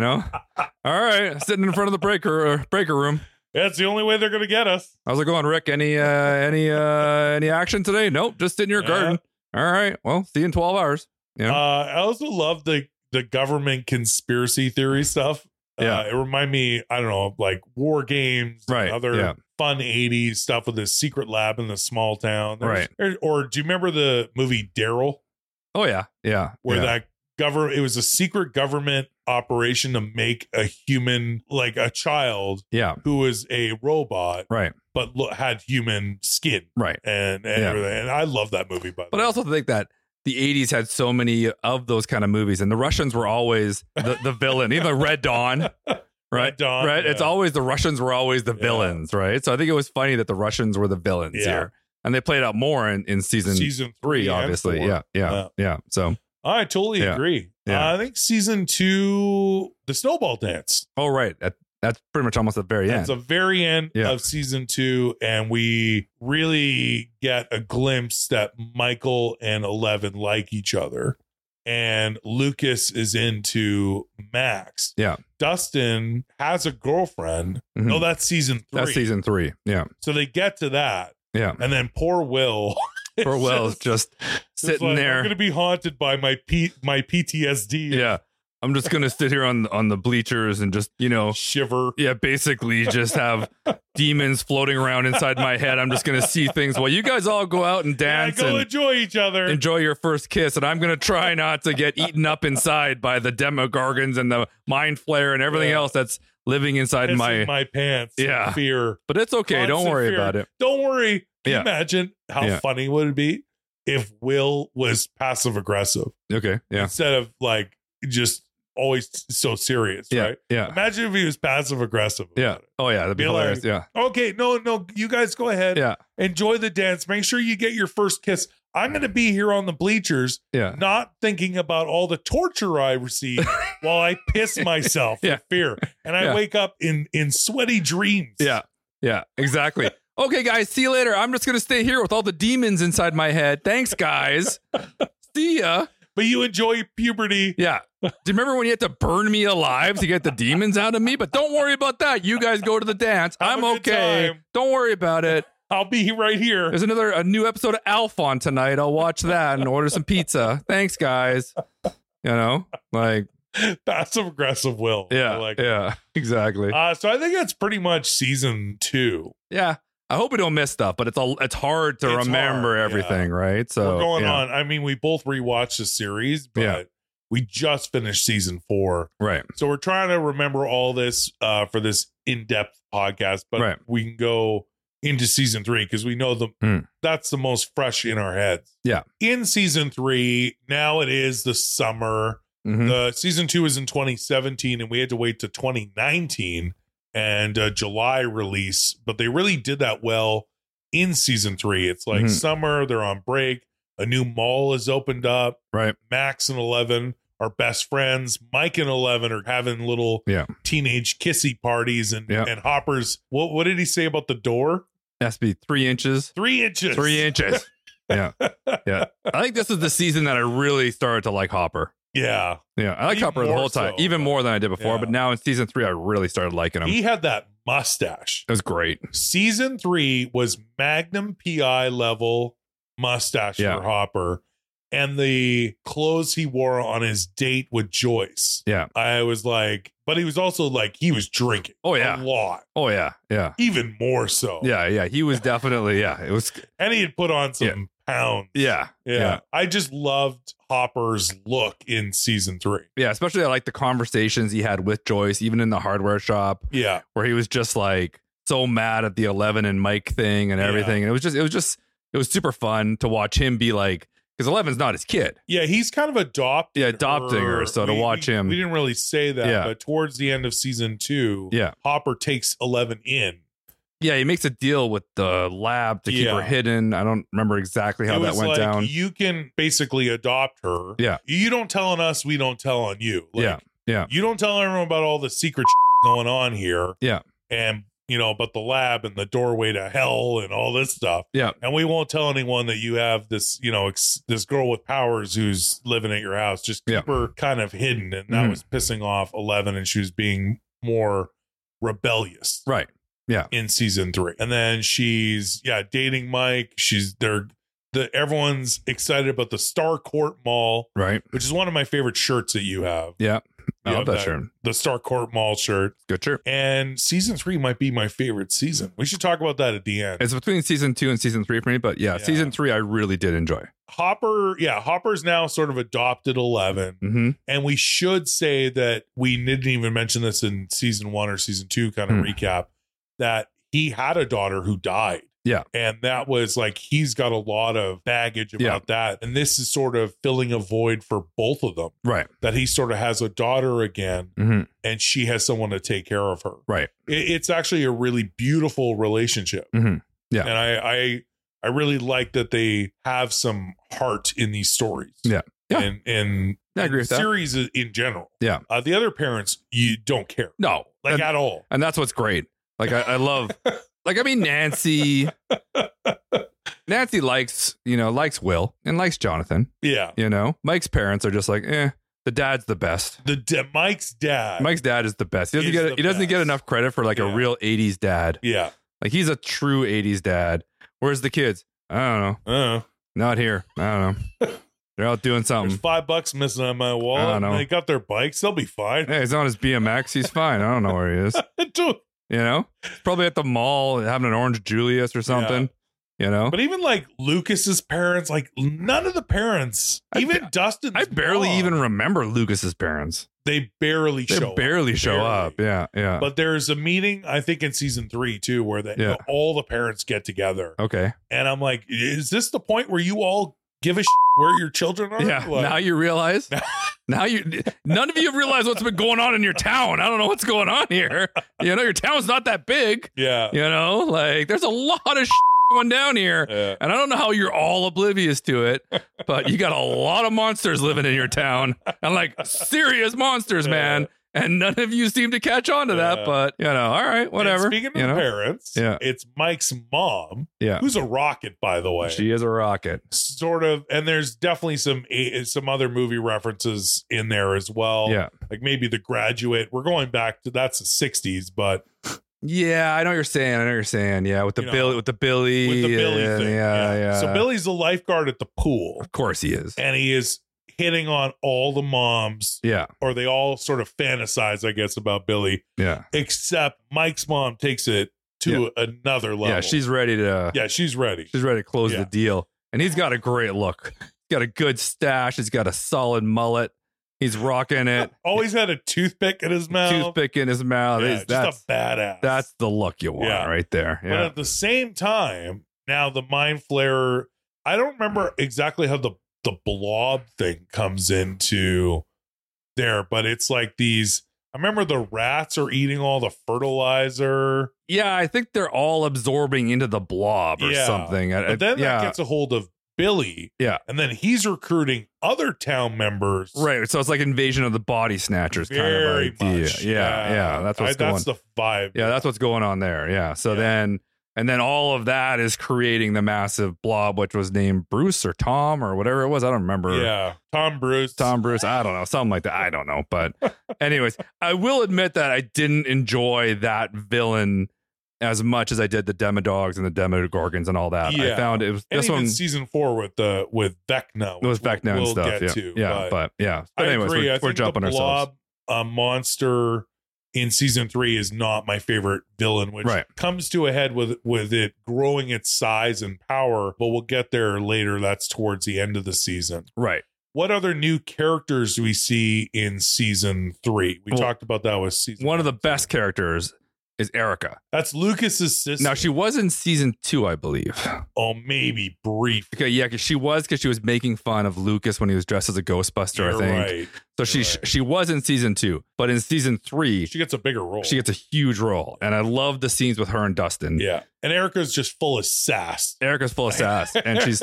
S2: know, all right, sitting in front of the breaker uh, breaker room.
S1: That's the only way they're gonna get us.
S2: How's it going, Rick? Any uh, any uh, any action today? Nope, just in your
S1: Yeah.
S2: garden. All right, well, see you in twelve hours. Yeah.
S1: Uh, I also love the the government conspiracy theory stuff.
S2: Yeah.
S1: uh, it remind me. I don't know, like war games, and
S2: Right,
S1: Other
S2: yeah.
S1: fun '80s stuff with the secret lab in the small town,
S2: Right.
S1: there- or do you remember the movie Daryl,
S2: Oh yeah, yeah.
S1: where
S2: yeah.
S1: that government? It was a secret government operation to make a human, like a child
S2: Yeah,
S1: who was a robot,
S2: right,
S1: but lo- had human skin
S2: right.
S1: and and
S2: Yeah.
S1: everything. And I love that movie, by the
S2: But I
S1: way.
S2: also think that the '80s had so many of those kind of movies, and the Russians were always the, the villain. Even Red Dawn, right?
S1: Red Dawn,
S2: right? It's
S1: yeah.
S2: always the Russians were always the
S1: Yeah.
S2: villains, right? So I think it was funny that the Russians were the villains
S1: Yeah.
S2: here, and they played out more in, in season,
S1: season
S2: three,
S1: and
S2: obviously.
S1: four.
S2: Yeah, yeah,
S1: Yeah.
S2: yeah, So,
S1: I totally
S2: Yeah.
S1: agree.
S2: Yeah.
S1: Uh, I think season two, the snowball dance.
S2: oh right, that, that's pretty much almost the very
S1: It's
S2: end.
S1: the very end
S2: Yeah.
S1: of season two, and we really get a glimpse that Michael and Eleven like each other, and Lucas is into Max.
S2: Yeah.
S1: Dustin has a girlfriend.
S2: Mhm.
S1: No, that's season three.
S2: That's season three. Yeah,
S1: So they get to that,
S2: yeah.
S1: and then poor Will. is
S2: Poor Will's just
S1: just
S2: sitting
S1: like,
S2: there.
S1: I'm gonna be haunted by my P- my PTSD.
S2: yeah, I'm just gonna sit here on on the bleachers and just you know
S1: Shiver.
S2: Yeah, basically just have demons floating around inside my head. I'm just gonna see things while you guys all go out and
S1: Yeah,
S2: dance
S1: go
S2: and
S1: enjoy each other.
S2: enjoy your first kiss, and I'm gonna try not to get eaten up inside by the demogorgons and the mind flare and everything
S1: Yeah.
S2: else that's living inside
S1: Pissing
S2: my,
S1: pants.
S2: Yeah.
S1: Fear.
S2: But it's okay. Don't
S1: constant
S2: worry
S1: fear.
S2: about it.
S1: Don't worry. Can you
S2: Yeah.
S1: imagine how
S2: Yeah.
S1: funny would it be if Will was passive aggressive
S2: Okay. Yeah.
S1: instead of like just always so serious,
S2: Yeah.
S1: right?
S2: Yeah.
S1: Imagine if he was passive aggressive.
S2: Yeah. Oh yeah. That'd be
S1: Be like-
S2: hilarious. yeah.
S1: Okay, no, no, you guys go ahead.
S2: Yeah.
S1: Enjoy the dance. Make sure you get your first kiss. I'm going to be here on the bleachers,
S2: Yeah.
S1: not thinking about all the torture I receive while I piss myself
S2: Yeah.
S1: in fear, and I
S2: Yeah.
S1: wake up in in sweaty dreams.
S2: Yeah. Yeah. Exactly. okay, guys. See you later. I'm just gonna stay here with all the demons inside my head. Thanks, guys. see ya.
S1: but you enjoy puberty.
S2: Yeah. Do you remember when you had to burn me alive to get the demons out of me? But don't worry about that. You guys go to the dance.
S1: Have
S2: I'm
S1: a good
S2: okay.
S1: time.
S2: Don't worry about it.
S1: I'll be right here.
S2: There's another a new episode of Alf on tonight. I'll watch that and order some pizza. Thanks, guys. You know, like
S1: Passive aggressive will.
S2: yeah,
S1: I like it.
S2: yeah, exactly.
S1: Uh, so I think that's pretty much season two.
S2: yeah, I hope we don't miss stuff, but it's all it's hard to
S1: It's
S2: remember
S1: hard, yeah.
S2: everything, right? So
S1: We're going
S2: yeah,
S1: on. I mean, we both rewatched the series, but
S2: Yeah.
S1: we just finished season four.
S2: right?
S1: So we're trying to remember all this uh, for this in-depth podcast, but
S2: Right.
S1: we can go into season three because we know the
S2: Hmm.
S1: that's the most fresh in our heads.
S2: Yeah.
S1: In season three, now it is the summer.
S2: Mhm.
S1: The season two is in 2017, and we had to wait to 2019 and uh, July release. But they really did that well in season three. It's like
S2: Mhm.
S1: summer; they're on break. A new mall is opened up.
S2: Right.
S1: Max and Eleven are best friends. Mike and Eleven are having little
S2: Yeah.
S1: teenage kissy parties, and
S2: Yeah.
S1: and Hopper's. What what did he say about the door?
S2: Has to be three inches.
S1: Three inches.
S2: Three inches. yeah, yeah. I think this is the season that I really started to like Hopper.
S1: Yeah,
S2: Yeah, I like
S1: Even
S2: Hopper the
S1: more
S2: whole time,
S1: so.
S2: even more than I did before.
S1: Yeah.
S2: But now in season three, I really started liking him.
S1: he had that mustache.
S2: it was great.
S1: season three was Magnum PI level mustache
S2: Yeah.
S1: for Hopper, and the clothes he wore on his date with Joyce.
S2: Yeah.
S1: I was like, but he was also like he was drinking.
S2: Oh, yeah.
S1: a lot,
S2: Oh yeah, yeah.
S1: even more so.
S2: Yeah, yeah, he was definitely yeah. It was
S1: and he had put on some pounds.
S2: yeah,
S1: yeah,
S2: yeah.
S1: I just loved Hopper's look in season three.
S2: yeah. Especially I like the conversations he had with Joyce, even in the hardware shop,
S1: Yeah,
S2: where he was just like so mad at the Eleven and Mike thing and
S1: Yeah.
S2: everything. And it was just, it was just, it was super fun to watch him be like, because Eleven's not his kid.
S1: yeah, he's kind of adopting,
S2: Yeah, adopting her, so to watch him-
S1: we didn't really say that,
S2: Yeah.
S1: but towards the end of season two,
S2: Yeah,
S1: Hopper takes Eleven in,
S2: yeah. He makes a deal with the lab to keep
S1: Yeah.
S2: her hidden. I don't remember exactly how
S1: It
S2: that
S1: was
S2: went
S1: like,
S2: down.
S1: You can basically adopt her.
S2: Yeah.
S1: You don't tell on us, we don't tell on you.
S2: Yeah, yeah.
S1: You don't tell everyone about all the secret going on here.
S2: Yeah.
S1: And you know, about the lab and the doorway to hell and all this stuff.
S2: Yeah.
S1: And we won't tell anyone that you have this, you know, ex- this girl with powers who's living at your house. Just keep
S2: Yeah.
S1: her kind of hidden. And that
S2: Mhm.
S1: was pissing off Eleven and she was being more rebellious
S2: right.
S1: in season three. And then she's yeah, dating Mike. She's they're the everyone's excited about the Star Court Mall,
S2: Right.
S1: which is one of my favorite shirts that you have.
S2: Yeah. I
S1: You
S2: love
S1: have
S2: that shirt.
S1: The Star Court Mall shirt.
S2: Good shirt.
S1: And season three might be my favorite season. We should talk about that at the end.
S2: It's between season two and season three for me, but yeah,
S1: Yeah.
S2: season three I really did enjoy.
S1: Hopper, yeah, Hopper's now sort of adopted eleven.
S2: Mm-hmm.
S1: And we should say that we didn't even mention this in season one or season two kind of
S2: Hmm.
S1: recap that he had a daughter who died.
S2: Yeah.
S1: And that was like, he's got a lot of baggage about
S2: Yeah.
S1: that. And this is sort of filling a void for both of them
S2: Right.
S1: that he sort of has a daughter again
S2: Mm-hmm.
S1: and she has someone to take care of her.
S2: Right.
S1: It- it's actually a really beautiful relationship.
S2: Mhm. Yeah.
S1: And I, I, I really like that they have some heart in these stories.
S2: Yeah. Yeah.
S1: And, and
S2: I agree with that.
S1: series i- in general.
S2: Yeah.
S1: Uh, the other parents, you don't care
S2: No,
S1: like
S2: and,
S1: at all.
S2: and that's what's great. Like I, I love, like I mean Nancy. Nancy likes, you know, likes Will and likes Jonathan.
S1: Yeah.
S2: You know, Mike's parents are just like, eh. The dad's the best.
S1: The da- Mike's dad.
S2: Mike's dad is the best. He doesn't
S1: Is
S2: get
S1: the
S2: he doesn't get
S1: best.
S2: enough credit for like
S1: Yeah.
S2: a real '80s dad.
S1: Yeah.
S2: Like he's a true '80s dad. Where's the kids? I don't know.
S1: Uh,
S2: Not here. I don't know. They're out doing
S1: there's
S2: something.
S1: five bucks missing on my wallet.
S2: Um, I don't
S1: and
S2: know.
S1: They got their bikes. They'll be fine.
S2: Hey, he's on his BMX. He's fine. I don't know where he is.
S1: Dude,
S2: You know, He's probably at the mall having an orange Julius or something. You know,
S1: but even like Lucas's parents, like none of the parents,
S2: I
S1: even
S2: ba-
S1: Dustin,
S2: I barely even remember Lucas's parents.
S1: they barely
S2: They
S1: show. up.
S2: barely show
S1: Barely.
S2: up. Yeah, yeah.
S1: But there's a meeting, I think, in season three too, where that
S2: Yeah.
S1: all the parents get together,
S2: okay.
S1: and I'm like, is this the point where you all give a shit where your children are?
S2: Yeah.
S1: Like-
S2: now you realize. now you. None of you have realized what's been going on in your town. I don't know what's going on here. You know, your town's not that big.
S1: yeah,
S2: You know, like there's a lot of one down here.
S1: Yeah.
S2: And I don't know how you're all oblivious to it, but you got a lot of monsters living in your town and like serious monsters, man. And none of you seem to catch on to that,
S1: Yeah.
S2: but you know, all right, whatever.
S1: And speaking of
S2: you know?
S1: parents,
S2: Yeah.
S1: it's Mike's mom,
S2: Yeah.
S1: who's a rocket, by the way.
S2: She is a rocket.
S1: sort of, and there's definitely some eh, some other movie references in there as well.
S2: Yeah.
S1: like maybe The Graduate. We're going back to that's the '60s, but
S2: Yeah, I know what you're saying. I know what you're saying. Yeah, with the
S1: You know,
S2: Billy with the Billy.
S1: with the Billy
S2: yeah,
S1: thing,
S2: Yeah, yeah.
S1: So Billy's the lifeguard at the pool,
S2: Of course he is.
S1: and he is hitting on all the moms,
S2: Yeah.
S1: or they all sort of fantasize, I guess, about Billy.
S2: Yeah.
S1: Except Mike's mom takes it to another level.
S2: Yeah. She's ready to uh,
S1: yeah, she's ready.
S2: She's ready to close
S1: Yeah.
S2: the deal. And he's got a great look. He's got a good stash. He's got a solid mullet. He's rocking it.
S1: Always had a toothpick in his mouth.
S2: Toothpick in his mouth.
S1: Yeah,
S2: He's-
S1: just
S2: that's
S1: a badass.
S2: that's the look you want
S1: Yeah.
S2: right there.
S1: But
S2: Yeah.
S1: at the same time, now the mind flayer. I don't remember exactly how the the blob thing comes into there, but it's like these. I remember the rats are eating all the fertilizer,
S2: yeah, I think they're all absorbing into the blob or
S1: Yeah.
S2: something. I- I-
S1: but then
S2: yeah.
S1: that gets a hold of Billy.
S2: Yeah.
S1: and then he's recruiting other town members.
S2: right. So it's like invasion of the body snatchers
S1: very
S2: kind of idea.
S1: much.
S2: Yeah, yeah. That's
S1: I-
S2: what's going
S1: that's the vibe.
S2: Yeah, that's what's going on there. Yeah. So
S1: Yeah.
S2: then and then all of that is creating the massive blob, which was named Bruce or Tom or whatever it was. I don't remember.
S1: yeah. Tom Bruce.
S2: Tom Bruce. I don't know, something like that. I don't know. But, anyways, I will admit that I didn't enjoy that villain as much as I did the Demodogs and the Demogorgons and all that. I
S1: Yeah.
S2: found it was
S1: And
S2: this
S1: even
S2: one
S1: season four with the with Vecna.
S2: was
S1: which
S2: back now and
S1: we'll
S2: stuff.
S1: get
S2: yeah,
S1: to,
S2: yeah, but, yeah. But
S1: I
S2: anyways,
S1: agree.
S2: we're,
S1: I
S2: we're
S1: think
S2: jumping
S1: the
S2: ourselves.
S1: blob, uh, monster in season three is not my favorite villain, which
S2: Right.
S1: comes to a head with with it growing its size and power. But we'll get there later. That's towards the end of the season.
S2: Right.
S1: What other new characters do we see in season three? We
S2: Well,
S1: talked about that with season
S2: One of the best characters is Erica.
S1: That's Lucas's sister.
S2: Now she was in season two, I believe.
S1: oh maybe brief.
S2: Okay, yeah, 'cause she was because she was making fun of Lucas when he was dressed as a Ghostbuster. I
S1: You're
S2: think
S1: right.
S2: so. She
S1: right.
S2: she was in season two, but in season three,
S1: She gets a bigger role.
S2: She gets a huge role, and I love the scenes with her and Dustin.
S1: yeah, and Erica's just full of sass.
S2: Erica's full of sass, and she's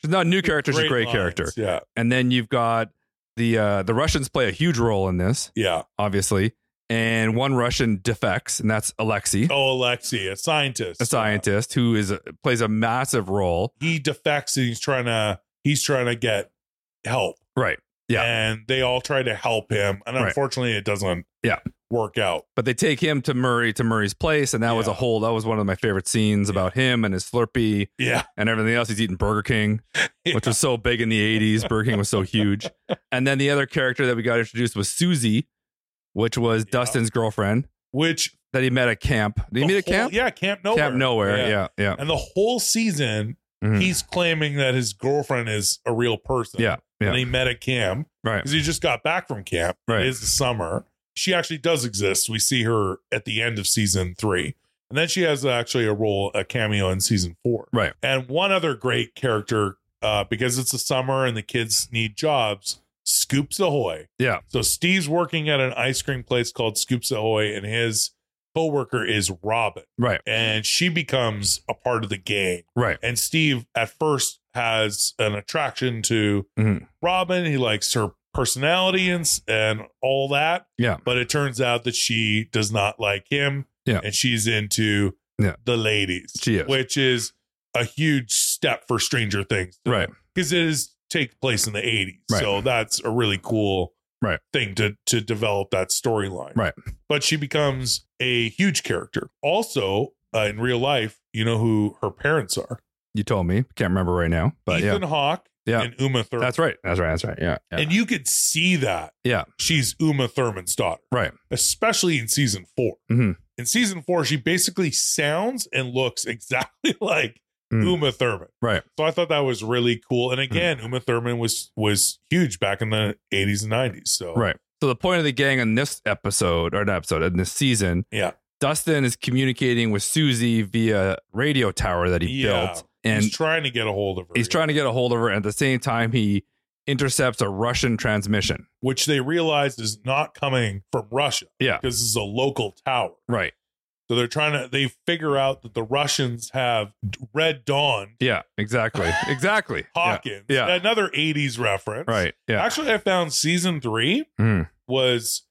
S2: she's not a new character; she's a great
S1: lines.
S2: character.
S1: Yeah,
S2: And then you've got the uh, the Russians play a huge role in this,
S1: yeah.
S2: obviously, and one Russian defects, and that's Alexei,
S1: Oh, Alexei, a scientist.
S2: a scientist who is plays a massive role.
S1: He defects and he's trying to he's trying to get help.
S2: Right, Yeah.
S1: And they all try to help him. And
S2: Right.
S1: unfortunately it doesn't
S2: Yeah.
S1: work out.
S2: but they take him to Murray to Murray's place, and that was a
S1: Yeah.
S2: whole that was one of my favorite scenes about him and his Slurpee
S1: Yeah.
S2: and everything else. He's eating Burger King.
S1: Yeah.
S2: which was so big in the 80s. Burger King was so huge. And then the other character that we got introduced was Susie, which was
S1: Yeah.
S2: Dustin's girlfriend
S1: Which
S2: that he met at camp. Did he
S1: the
S2: meet at
S1: whole-
S2: camp?
S1: Yeah, Camp Nowhere.
S2: Camp nowhere. Yeah, yeah.
S1: And the whole season
S2: Mhm.
S1: he's claiming that his girlfriend is a real person.
S2: Yeah, yeah.
S1: And he met at camp
S2: right.
S1: because he just got back from camp.
S2: Right.
S1: It is the summer. She actually does exist. We see her at the end of season three. And then she has actually a role, a cameo in season four.
S2: Right.
S1: And one other great character, uh, because it's the summer and the kids need jobs, Scoops Ahoy.
S2: Yeah.
S1: So Steve's working at an ice cream place called Scoops Ahoy, and his coworker is Robin.
S2: Right.
S1: And she becomes a part of the gang.
S2: Right.
S1: And Steve at first has an attraction to
S2: Mhm.
S1: Robin. He likes her personality and s- and all that.
S2: Yeah.
S1: But it turns out that she does not like him.
S2: Yeah.
S1: And she's into
S2: Yeah.
S1: the ladies.
S2: She is.
S1: Which is a huge step for Stranger Things.
S2: Right.
S1: Because it is take place in the 80s.
S2: Right.
S1: So that's a really cool
S2: Right.
S1: thing to to develop that storyline.
S2: Right.
S1: But she becomes a huge character. Also, uh, in real life, you know who her parents are.
S2: You told me. Can't remember right now. But
S1: Ethan Hawke
S2: yeah. Yeah.
S1: and Uma Thurman.
S2: That's right. That's right. That's right. Yeah. yeah.
S1: And you could see that.
S2: Yeah.
S1: She's Uma Thurman's daughter,
S2: right.
S1: especially in season 4
S2: Mhm.
S1: In season four, she basically sounds and looks exactly like
S2: Mm.
S1: Uma Thurman.
S2: Right.
S1: So I thought that was really cool. And again, Uma Thurman was was huge back in the 80s and 90s. So
S2: Right. So the point of the gang in this episode, or not episode, in this season,
S1: Yeah.
S2: Dustin is communicating with Susie via radio tower that he
S1: Yeah.
S2: built, and
S1: he's trying to get a hold of her.
S2: He's trying to get a hold of her. At the same time, he intercepts a Russian transmission.
S1: which they realized is not coming from Russia.
S2: Yeah.
S1: Because this is a local tower.
S2: Right.
S1: So they're trying to they figure out that the Russians have Red Dawn
S2: Yeah, exactly. Exactly. yeah.
S1: Hawkins.
S2: Yeah. Yeah.
S1: Another 80s reference.
S2: Right. Yeah.
S1: Actually, I found season three
S2: Mm.
S1: was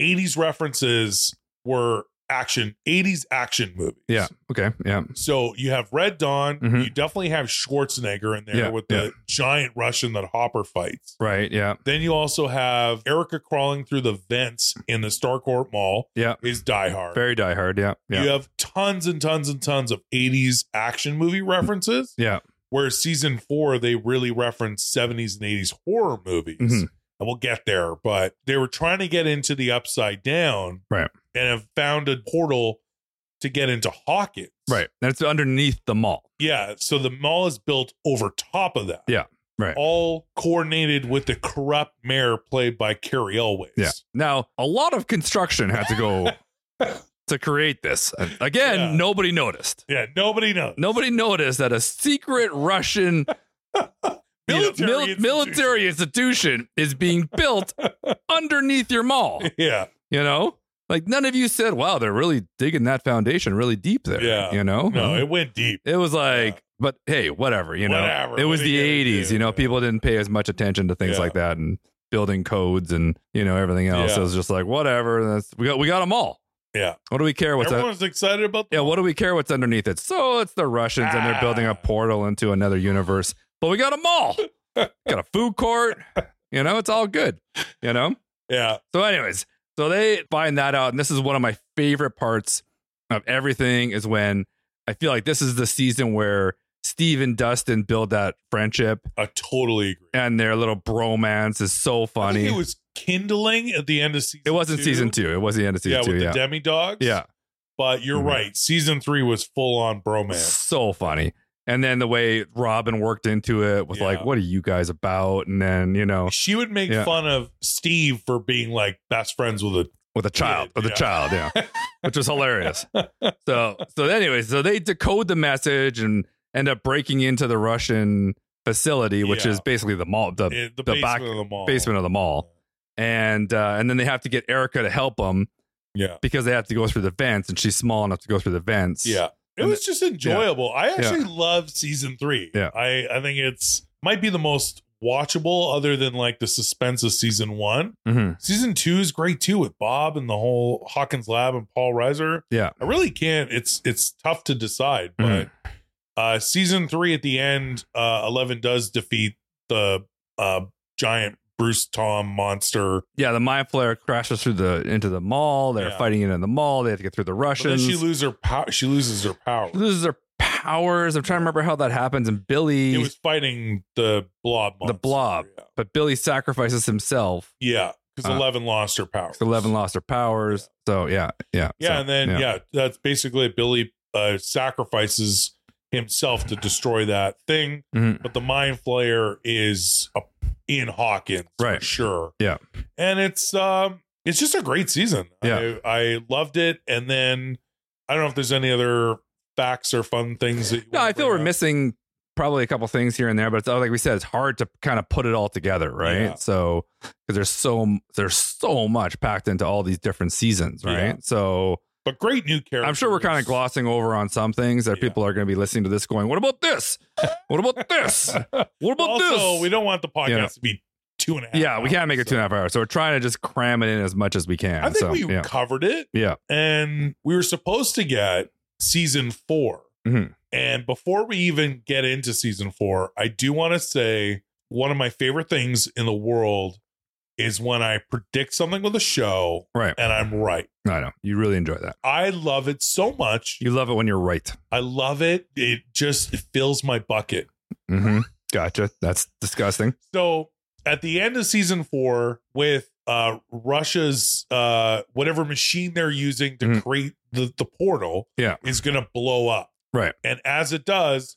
S1: 80s references were action, 80s action movies.
S2: Yeah. Okay. Yeah.
S1: So you have Red Dawn.
S2: Mhm.
S1: You definitely have Schwarzenegger in there
S2: Yeah,
S1: with the giant Russian that Hopper fights.
S2: Right. Yeah.
S1: Then you also have Erica crawling through the vents in the Starcourt Mall
S2: Yeah.
S1: is Die Hard.
S2: Very Die Hard. Yeah. Yeah.
S1: You have tons and tons and tons of 80s action movie references.
S2: Yeah.
S1: Whereas season four, they really referenced 70s and 80s horror movies.
S2: Mhm.
S1: And we'll get there, but they were trying to get into the upside down.
S2: Right.
S1: And have found a portal to get into Hawkins.
S2: Right. That's underneath the mall.
S1: Yeah. So the mall is built over top of that.
S2: Yeah, right.
S1: All coordinated with the corrupt mayor played by Carrie Elways.
S2: Yeah. Now, a lot of construction had to go to create this. And Again,
S1: Yeah.
S2: nobody noticed.
S1: Yeah. Nobody knows.
S2: Nobody noticed that a secret Russian you know,
S1: Military.
S2: mil-
S1: institution.
S2: military institution is being built underneath your mall.
S1: Yeah.
S2: You know, like none of you said, "Wow, they're really digging that foundation really deep there."
S1: Yeah.
S2: You know,
S1: No, it went deep.
S2: It was like,
S1: Yeah.
S2: but hey, whatever, you know.
S1: Whatever,
S2: It was
S1: what are
S2: the
S1: you gonna
S2: '80s,
S1: do?
S2: you know. People didn't pay as much attention to things
S1: Yeah.
S2: like that and building codes and you know everything else.
S1: Yeah.
S2: It was just like whatever. That's we got we got them all.
S1: Yeah.
S2: What do we care what's that?
S1: Everyone's excited about
S2: Yeah, what do we care what's underneath it? So it's the Russians and they're building a
S1: Ah.
S2: portal into another universe. But we got a mall, got a food court. You know, it's all good. You know.
S1: Yeah.
S2: So, anyways, so they find that out, and this is one of my favorite parts of everything is when I feel like this is the season where Steve and Dustin build that friendship,
S1: I totally agree.
S2: and their little bromance is so
S1: I
S2: funny.
S1: think it was kindling at the end of season.
S2: it wasn't season two. It was the end of season
S1: yeah,
S2: two.
S1: with
S2: Yeah,
S1: the demi dogs.
S2: yeah,
S1: but you're
S2: Mhm.
S1: right. Season three was full on bromance.
S2: so funny. And then the way Robin worked into it was like,
S1: Yeah.
S2: "What are you guys about?" And then you know,
S1: She would make
S2: Oh. Yeah.
S1: fun of Steve for being like best friends with a
S2: with a child, with
S1: Yeah.
S2: a child, yeah, which was hilarious. So, so anyway, so they decode the message and end up breaking into the Russian facility, which
S1: Yeah.
S2: is basically the mall, the
S1: in eh, the,
S2: The
S1: basement
S2: back-
S1: of the mall.
S2: basement of the mall, and uh, and then they have to get Erica to help them
S1: Yeah.
S2: because they have to go through the vents, and she's small enough to go through the vents.
S1: Yeah. It
S2: And
S1: was just enjoyable. I actually love season three.
S2: Yeah.
S1: I, I think it's might be the most watchable other than like the suspense of season one.
S2: Mhm.
S1: Season two is great too with Bob and the whole Hawkins Lab and Paul Reiser.
S2: Yeah.
S1: I really can't. It's it's tough to decide, but
S2: Mhm.
S1: uh season three at the end, uh Eleven does defeat the uh giant Bruce Tom monster.
S2: yeah. The mind flare crashes through the into the mall. They're
S1: Yeah.
S2: fighting it in the mall. They have to get through the
S1: But then
S2: Russians.
S1: she loses her power she loses her power.
S2: loses their powers. I'm trying to remember how that happens. And Billy,
S1: It was fighting the blob
S2: The
S1: monster.
S2: blob.
S1: Yeah.
S2: but Billy sacrifices himself
S1: Yeah, because
S2: Uh,
S1: Eleven lost her power.
S2: 'Cause Eleven lost her powers. So yeah, yeah,
S1: Yeah,
S2: So,
S1: and then yeah. that's basically Billy uh, sacrifices himself to destroy that thing.
S2: Mhm.
S1: But the Mind Flayer is uh, in Hawkins, for
S2: Right.
S1: sure.
S2: Yeah.
S1: and it's um, it's just a great season.
S2: Yeah.
S1: I, I loved it. And then I don't know if there's any other facts or fun things that. You
S2: No,
S1: wanna
S2: I feel
S1: bring
S2: we're
S1: up.
S2: missing probably a couple things here and there, but it's, like we said, it's hard to kind of put it all together, right?
S1: Yeah.
S2: So because there's so there's so much packed into all these different seasons, right?
S1: Yeah.
S2: So
S1: but great new characters.
S2: I'm sure we're kind of glossing over on some things that
S1: Yeah.
S2: people are going to be listening to this, going, "What about this? What about this? What about
S1: also,
S2: this?"
S1: we don't want the podcast
S2: Yeah.
S1: to be two and a half.
S2: yeah, we can't make it
S1: hours,
S2: two and a half hours, so we're trying to just cram it in as much as we can.
S1: I think
S2: so,
S1: we
S2: yeah.
S1: covered it.
S2: Yeah.
S1: And we were supposed to get season 4
S2: Mhm.
S1: And before we even get into season four, I do want to say one of my favorite things in the world is when I predict something with a show
S2: right.
S1: and I'm right.
S2: I know you really enjoy that.
S1: I love it so much.
S2: You love it when you're right.
S1: I love it. It just it fills my bucket.
S2: Mm-hmm. Gotcha. That's disgusting.
S1: So at the end of season four, with uh Russia's uh whatever machine they're using to
S2: Mhm.
S1: create the, the portal
S2: Yeah.
S1: is gonna blow up.
S2: Right.
S1: And as it does,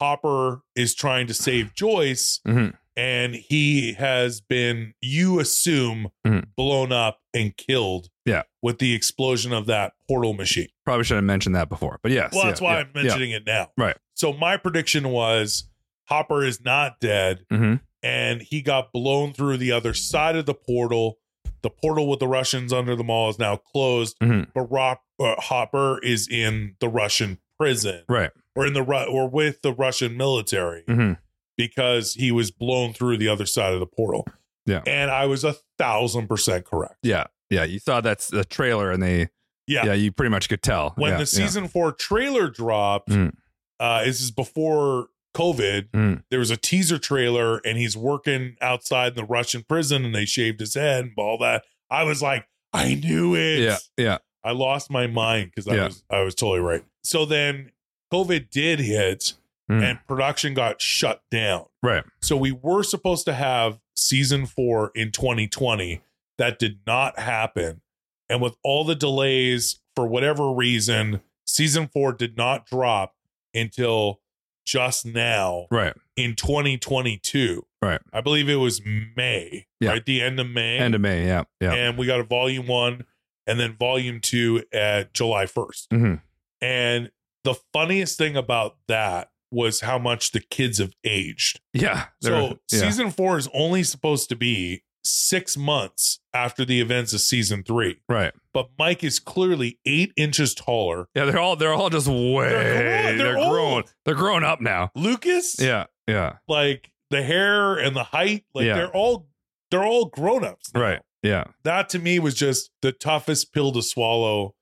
S1: Hopper is trying to save Joyce
S2: Mhm.
S1: and he has been, you assume,
S2: Mhm.
S1: blown up and killed
S2: Yeah.
S1: with the explosion of that portal machine.
S2: Probably should have mentioned that before, but yes.
S1: Well, that's why I'm mentioning it now.
S2: Right.
S1: So my prediction was Hopper is not dead
S2: Mm-hmm.
S1: and he got blown through the other side of the portal The portal with the Russians under the mall is now closed,
S2: Mhm.
S1: but Rob, uh, Hopper is in the Russian prison
S2: Right.
S1: or in the Ru- or with the Russian military
S2: Mm-hmm.
S1: because he was blown through the other side of the portal.
S2: Yeah.
S1: and I was a thousand percent correct.
S2: Yeah. Yeah. You saw that's the trailer and they,
S1: Yeah.
S2: yeah. you pretty much could tell.
S1: When
S2: Yeah, yeah.
S1: the season four trailer dropped,
S2: Mm.
S1: uh, this is before COVID.
S2: Mm.
S1: There was a teaser trailer, and he's working outside the Russian prison, and they shaved his head and all that. I was like, I knew it.
S2: Yeah. Yeah.
S1: I lost my mind because I
S2: Yeah.
S1: was I was totally right. So then COVID did hit,
S2: Mm.
S1: and production got shut down.
S2: Right.
S1: So we were supposed to have season four in 2020. That did not happen. And with all the delays, for whatever reason, season four did not drop until just now
S2: Right.
S1: in 2022.
S2: Right.
S1: I believe it was May,
S2: Yeah.
S1: right? The end of May.
S2: End of May. Yeah. Yeah.
S1: And we got a volume one and then volume two at July 1st.
S2: Mhm.
S1: And the funniest thing about that was how much the kids have aged.
S2: Yeah. There-
S1: So
S2: yeah.
S1: season four is only supposed to be six months after the events of season three.
S2: Right.
S1: But Mike is clearly eight inches taller.
S2: Yeah. They're all, they're all just way,
S1: They're
S2: they're,
S1: grown, they're
S2: grown.
S1: old.
S2: They're grown up now.
S1: Lucas,
S2: Yeah. Yeah.
S1: like the hair and the height, like
S2: Yeah.
S1: they're all they're all grown ups.
S2: Right. Yeah.
S1: That to me was just the toughest pill to swallow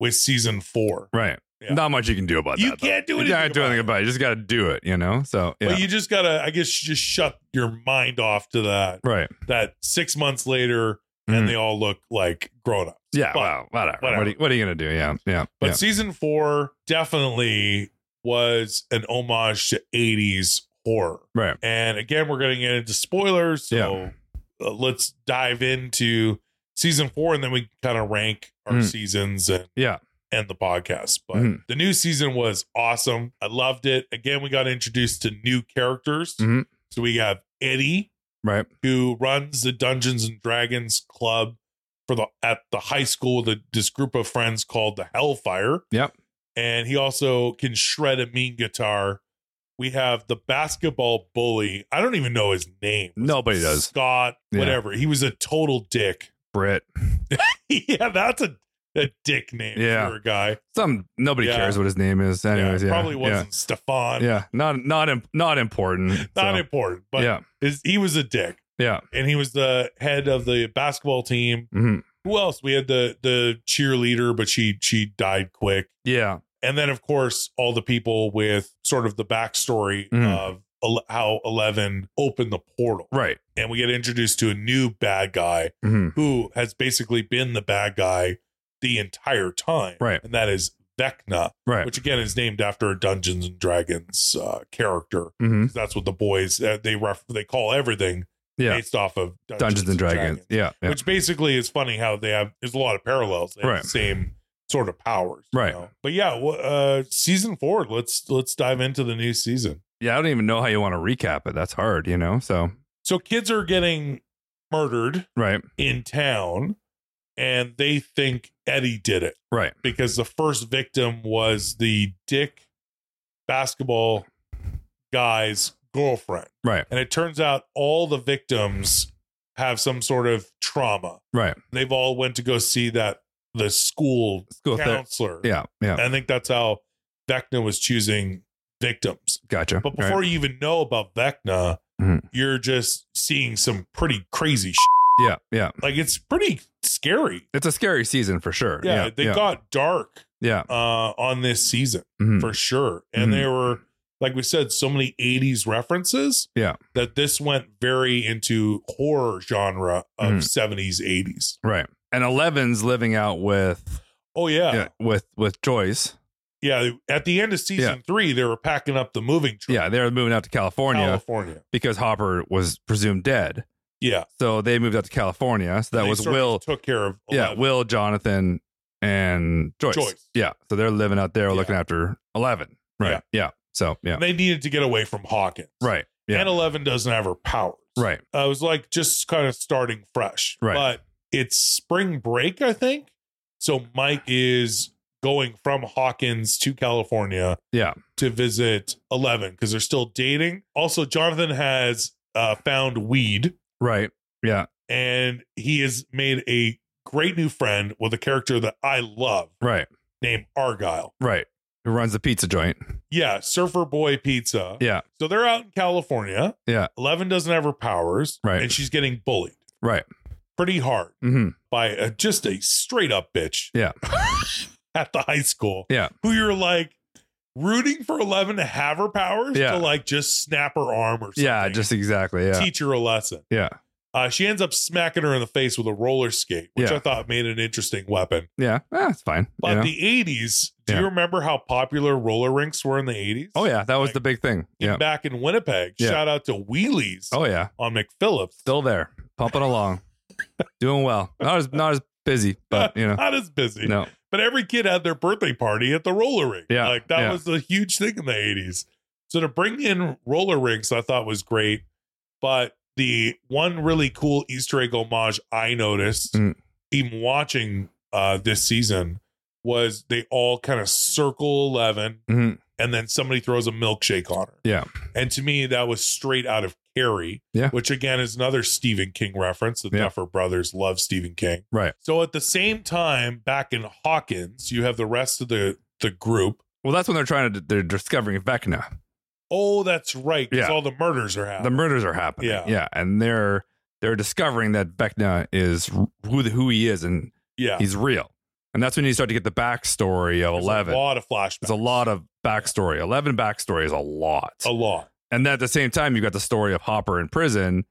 S1: with season four.
S2: Right.
S1: Yeah.
S2: Not much you can do about
S1: You
S2: that. though.
S1: can't do
S2: You
S1: anything
S2: can't do
S1: about
S2: anything
S1: it.
S2: about it. You just got to do it, you know? So, yeah.
S1: But you just gotta, I guess, you just shut your mind off to that.
S2: right.
S1: That six months later,
S2: Mhm.
S1: and they all look like grown ups.
S2: Yeah.
S1: But-
S2: wow. Whatever.
S1: whatever.
S2: What, are you, what are you gonna do? Yeah. Yeah.
S1: But
S2: yeah.
S1: season four definitely was an homage to 80s horror.
S2: Right.
S1: And again, we're going to get into spoilers. So uh, let's dive into season four and then we can kind of rank our
S2: Mm.
S1: seasons and
S2: Yeah.
S1: and the podcast. But
S2: Mhm.
S1: the new season was awesome. I loved it. Again, we got introduced to new characters.
S2: Mhm.
S1: So we have Eddie,
S2: Right.
S1: who runs the Dungeons and Dragons club for the at the high school with a, this group of friends called the Hellfire.
S2: Yep.
S1: And he also can shred a mean guitar. We have the basketball bully. I don't even know his name.
S2: Nobody does.
S1: Scott,
S2: Yeah.
S1: whatever. He was a total dick.
S2: Brit.
S1: yeah, that's a, a dick name
S2: Yeah.
S1: for a guy.
S2: Some nobody
S1: Yeah.
S2: cares what his name is. Anyways, yeah.
S1: probably
S2: yeah.
S1: wasn't Stefan.
S2: Yeah. Not not imp- not important.
S1: Not
S2: so,
S1: important, but
S2: yeah.
S1: his, he was a dick.
S2: Yeah.
S1: And he was the head of the basketball team.
S2: hmm
S1: who else? We had the the cheerleader, but she she died quick.
S2: Yeah.
S1: And then of course all the people with sort of the backstory
S2: Mm.
S1: of ele- how Eleven opened the portal,
S2: Right.
S1: and we get introduced to a new bad guy
S2: hmm
S1: who has basically been the bad guy the entire time,
S2: Right.
S1: And that is Vecna,
S2: Right.
S1: which again is named after a Dungeons and Dragons uh, character.
S2: hmm
S1: That's what the boys uh, they ref- they call everything
S2: Yeah.
S1: based off of Dungeons,
S2: Dungeons and Dragons. Yeah. yeah.
S1: which basically is funny how they have there's a lot of parallels they have
S2: Right.
S1: the same sort of powers you
S2: Right.
S1: know? but yeah wh- uh season four let's let's dive into the new season
S2: yeah. I don't even know how you want to recap it. That's hard, you know? So,
S1: so kids are getting murdered
S2: right.
S1: in town and they think eddie did it
S2: Right.
S1: because the first victim was the dick basketball guy's girlfriend
S2: Right.
S1: and it turns out all the victims have some sort of trauma
S2: Right.
S1: they've all went to go see that the school
S2: School ther-
S1: counselor.
S2: Yeah. Yeah.
S1: I think that's how Vecna was choosing victims.
S2: Gotcha.
S1: But
S2: Right.
S1: before you even know about Vecna,
S2: Mhm.
S1: you're just seeing some pretty crazy shit.
S2: Yeah. Yeah.
S1: Like it's pretty scary.
S2: It's a scary season for sure.
S1: Yeah,
S2: Yeah.
S1: they
S2: yeah.
S1: got dark
S2: yeah.
S1: uh, on this season
S2: Mhm.
S1: for sure. And
S2: Mhm.
S1: there were, like we said, so many 80s references.
S2: Yeah.
S1: That this went very into horror genre of
S2: Mhm.
S1: 70s, 80s.
S2: Right. And Eleven's living out with
S1: Oh, yeah.
S2: yeah, with with Joyce.
S1: Yeah, at the end of season three, they were packing up the moving truck.
S2: Yeah, they're moving out to California
S1: California.
S2: because Hopper was presumed dead.
S1: Yeah,
S2: So they moved out to California. So that
S1: They
S2: was
S1: sort of
S2: Will.
S1: took care of.
S2: Yeah,
S1: Eleven.
S2: Will, Jonathan, and Joyce.
S1: Joyce.
S2: Yeah. So they're living out there
S1: Yeah.
S2: looking after Eleven. Right.
S1: Yeah.
S2: Yeah. So yeah.
S1: they needed to get away from Hawkins.
S2: Right. Yeah.
S1: and Eleven doesn't have her powers.
S2: right.
S1: I was like just kind of starting fresh.
S2: Right.
S1: but it's spring break, I think. So Mike is going from Hawkins to California.
S2: Yeah.
S1: to visit Eleven because they're still dating. Also, Jonathan has uh, found weed.
S2: Right. Yeah.
S1: and he has made a great new friend with a character that I love
S2: Right.
S1: named Argyle.
S2: Right. Who runs the pizza joint?
S1: Yeah, Surfer Boy Pizza.
S2: Yeah.
S1: So they're out in California.
S2: Yeah.
S1: Eleven doesn't have her powers,
S2: Right.
S1: And she's getting bullied
S2: Right.
S1: pretty hard
S2: Mm-hmm.
S1: by a, just a straight up bitch.
S2: Yeah.
S1: at the high school.
S2: Yeah.
S1: who you're like rooting for Eleven to have her powers
S2: Yeah.
S1: to like just snap her arm or something.
S2: Yeah. Just exactly. Yeah.
S1: teach her a lesson.
S2: Yeah.
S1: Uh, she ends up smacking her in the face with a roller skate, which
S2: Yeah.
S1: I thought made an interesting weapon.
S2: Yeah. That's fine. you
S1: But
S2: know?
S1: the 80s, do you
S2: Yeah.
S1: remember how popular roller rinks were in the 80s?
S2: oh yeah, that was
S1: like-
S2: the big thing. Yeah.
S1: Back in Winnipeg,
S2: Yeah.
S1: shout out to Wheelies
S2: Oh yeah.
S1: on McPhillips.
S2: Still there, pumping along, doing well. Not as not as busy, but you know.
S1: Not as busy.
S2: No.
S1: But every kid had their birthday party at the roller rink.
S2: Yeah,
S1: Like that
S2: yeah.
S1: was a huge thing in the 80s. So to bring in roller rinks, I thought was great. But the one really cool Easter egg homage I noticed,
S2: Mm.
S1: even watching uh, this season, was they all kind of circle 11
S2: hmm
S1: and then somebody throws a milkshake on her.
S2: Yeah.
S1: And to me, that was straight out of Carrie.
S2: Yeah.
S1: Which again is another Stephen King reference. The
S2: Yeah.
S1: Duffer brothers love Stephen King.
S2: Right.
S1: So at the same time, back in Hawkins, you have the rest of the the group.
S2: Well, that's when they're trying to they're discovering Vecna.
S1: Oh, that's right. Because
S2: Yeah.
S1: all the murders are
S2: The
S1: happening.
S2: murders are happening.
S1: Yeah.
S2: Yeah, and they're they're discovering that Vecna is who the, who he is and
S1: yeah.
S2: he's real. And that's when you start to get the backstory of
S1: There's
S2: Eleven.
S1: A lot of flashbacks.
S2: There's a lot of backstory. Eleven backstory is a lot.
S1: A lot.
S2: And then at the same time, you've got the story of Hopper in prison,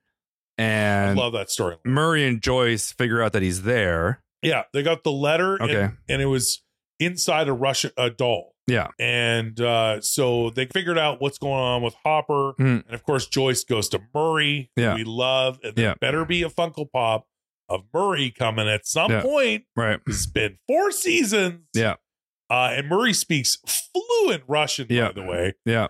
S2: and
S1: Love that story.
S2: Murray and Joyce figure out that he's there.
S1: Yeah. They got the letter and-
S2: Okay.
S1: and, it was inside a Russian a doll.
S2: Yeah.
S1: And uh, so they figured out what's going on with Hopper.
S2: Mhm.
S1: And of course, Joyce goes to Murray, who
S2: Yeah.
S1: we love. And there
S2: Yeah.
S1: better be a Funko Pop of Murray coming at some
S2: Yeah.
S1: point.
S2: Right.
S1: It's been four seasons.
S2: Yeah.
S1: Uh, and Murray speaks fluent Russian,
S2: Yeah.
S1: by the way.
S2: Yeah.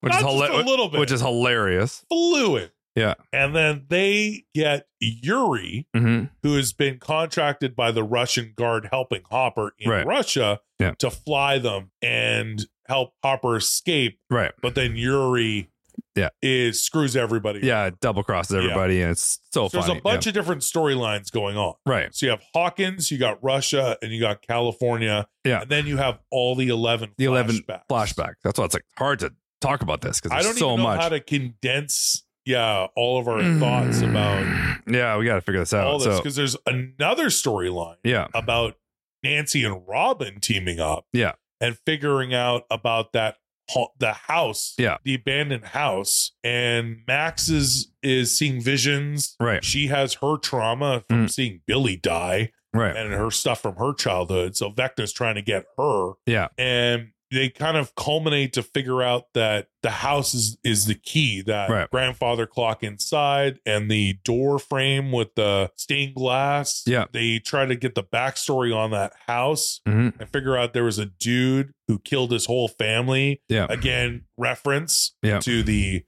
S2: Which is,
S1: Not just
S2: hila-
S1: a little bit.
S2: which is hilarious.
S1: fluent.
S2: Yeah.
S1: And then they get Yuri,
S2: Mm-hmm.
S1: who has been contracted by the Russian guard helping Hopper in
S2: Right.
S1: Russia
S2: Yeah.
S1: to fly them and help Hopper escape.
S2: Right.
S1: But then Yuri
S2: Yeah.
S1: is screws everybody.
S2: Yeah. It double crosses everybody, and it's so
S1: So there's
S2: funny.
S1: a bunch of different storylines going on.
S2: yeah. right.
S1: So you have Hawkins, you got Russia, and you got California.
S2: Yeah.
S1: And then you have all the 11
S2: The 11
S1: flashbacks.
S2: Flashback. That's why it's like hard to talk about this because
S1: I don't
S2: so
S1: even know
S2: much.
S1: how to condense yeah, all of our thoughts about
S2: Yeah, we got to figure this out.
S1: all this
S2: So
S1: because there's another storyline
S2: yeah,
S1: about Nancy and Robin teaming up.
S2: Yeah.
S1: And figuring out about that ho- the house,
S2: Yeah.
S1: the abandoned house, and Max is is seeing visions.
S2: right,
S1: She has her trauma
S2: Mm.
S1: from seeing Billy die
S2: right,
S1: and her stuff from her childhood. So Vecna's trying to get her.
S2: Yeah.
S1: And they kind of culminate to figure out that the house is is the key, that
S2: Right.
S1: grandfather clock inside and the door frame with the stained glass.
S2: Yeah.
S1: They try to get the backstory on that house
S2: hmm
S1: and figure out there was a dude who killed his whole family.
S2: yeah,
S1: Again, reference
S2: Yeah.
S1: to the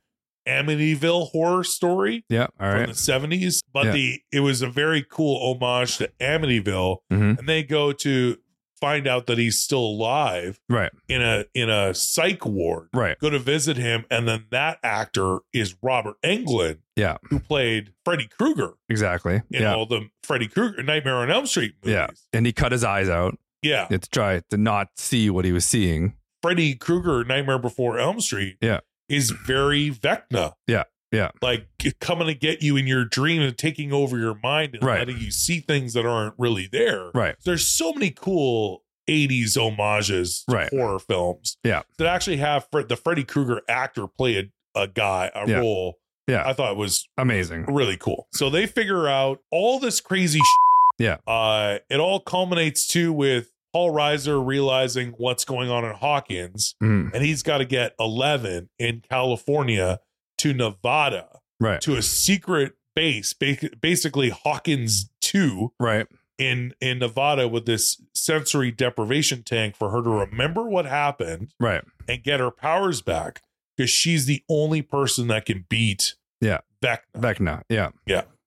S1: Amityville horror story
S2: yeah. All
S1: from
S2: right.
S1: the 70s but
S2: Yeah.
S1: the it was a very cool homage to Amityville
S2: Mhm.
S1: and they go to find out that he's still alive
S2: Right,
S1: in a in a psych ward
S2: right,
S1: go to visit him and then that actor is Robert Englund
S2: Yeah.
S1: who played Freddy Krueger
S2: exactly.
S1: in
S2: Yeah,
S1: all the Freddy Krueger Nightmare on Elm Street movies
S2: Yeah. and he cut his eyes out
S1: yeah,
S2: to try to not see what he was seeing.
S1: Freddy Krueger Nightmare Before Elm Street
S2: Yeah.
S1: is very Vecna
S2: Yeah, yeah.
S1: like c- coming to get you in your dream and taking over your mind and
S2: Right.
S1: letting you see things that aren't really there
S2: Right,
S1: there's so many cool 80s homages to
S2: Right.
S1: horror films
S2: Yeah.
S1: that actually have Fre- the Freddy Krueger actor play a, a guy, a
S2: Yeah.
S1: role.
S2: Yeah.
S1: I thought was
S2: amazing.
S1: really cool. So they figure out all this crazy shit.
S2: Yeah.
S1: Uh, it all culminates too with Paul Reiser realizing what's going on in Hawkins,
S2: Mhm.
S1: and he's got to get 11 in California to Nevada
S2: Right,
S1: to a secret base, ba- basically Hawkins 2
S2: right,
S1: in in Nevada with this sensory deprivation tank for her to remember what happened
S2: right.
S1: and get her powers back because she's the only person that can beat
S2: Yeah.
S1: Vecna.
S2: Vecna. Yeah.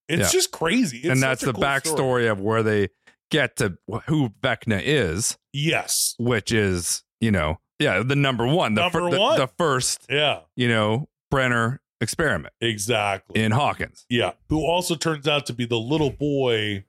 S1: It's
S2: yeah.
S1: just crazy. It's
S2: and
S1: such
S2: that's
S1: a
S2: the
S1: cool
S2: backstory
S1: story.
S2: of where they get to wh- who Vecna is,
S1: Yes.
S2: which is you know yeah the number one, the,
S1: Number
S2: the-
S1: one.
S2: the, first
S1: Yeah.
S2: you know Brenner experiment
S1: Exactly.
S2: in Hawkins.
S1: yeah. Who also turns out to be the little boy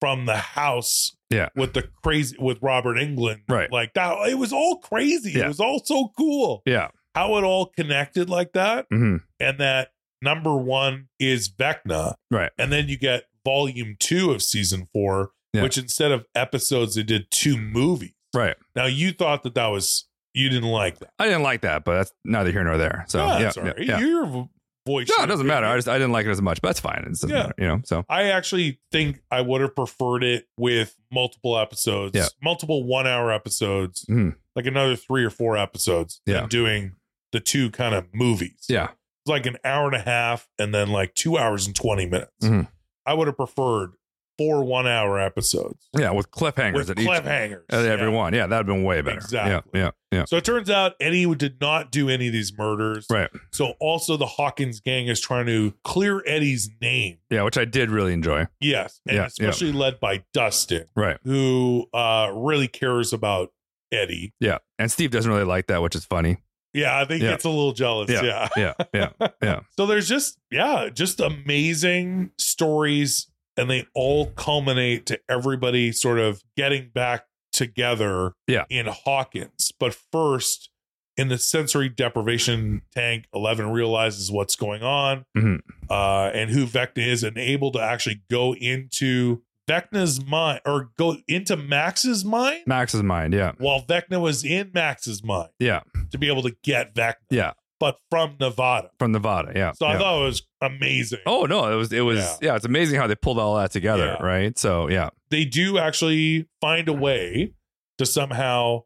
S1: from the house
S2: Yeah.
S1: with the crazy with Robert England.
S2: Right.
S1: Like that it was all crazy. It
S2: Yeah.
S1: was all so cool.
S2: Yeah.
S1: How it all connected like that.
S2: hmm
S1: And that number one is Vecna.
S2: Right.
S1: And then you get volume two of season four,
S2: Yeah.
S1: which instead of episodes, they did two movies.
S2: Right.
S1: Now you thought that that was you didn't like that.
S2: I didn't like that, but that's neither here nor there. So
S1: Ah,
S2: yeah,
S1: sorry.
S2: yeah, yeah.
S1: Your vo- voice.
S2: No, it doesn't matter. I just I didn't like it as much, but that's fine. It doesn't
S1: Yeah.
S2: matter, you know. So
S1: I actually think I would have preferred it with multiple episodes,
S2: Yeah.
S1: multiple one hour episodes,
S2: Mhm.
S1: like another three or four episodes, than
S2: Yeah.
S1: doing the two kind of movies.
S2: yeah,
S1: It's like an hour and a half and then like two hours and 20 minutes.
S2: Mhm.
S1: I would have preferred four one hour episodes
S2: yeah, with cliffhangers
S1: with
S2: at each
S1: cliffhangers.
S2: at every
S1: Yeah.
S2: one. Yeah, that'd been way better.
S1: Exactly.
S2: Yeah, yeah, yeah.
S1: So it turns out Eddie did not do any of these murders.
S2: Right.
S1: So also the Hawkins gang is trying to clear Eddie's name.
S2: Yeah, which I did really enjoy.
S1: Yes. And
S2: Yeah, yeah.
S1: especially led by Dustin,
S2: Right.
S1: who uh really cares about Eddie.
S2: Yeah. And Steve doesn't really like that, which is funny.
S1: Yeah, I think
S2: Yeah.
S1: it's a little jealous.
S2: Yeah.
S1: yeah.
S2: Yeah. Yeah.
S1: So there's just yeah, just amazing stories and they all culminate to everybody sort of getting back together
S2: Yeah.
S1: in Hawkins. But first in the sensory deprivation tank, Eleven realizes what's going on
S2: Mhm.
S1: uh, and who Vecna is, and able to actually go into Vecna's mind or go into Max's mind
S2: Max's mind. Yeah.
S1: while Vecna was in Max's mind
S2: Yeah.
S1: to be able to get Vecna.
S2: Yeah.
S1: But from Nevada.
S2: From Nevada. Yeah.
S1: So I
S2: yeah.
S1: thought it was amazing.
S2: Oh no, it was it was
S1: Yeah.
S2: yeah. it's amazing how they pulled all that together,
S1: Yeah.
S2: right? So yeah.
S1: They do actually find a way to somehow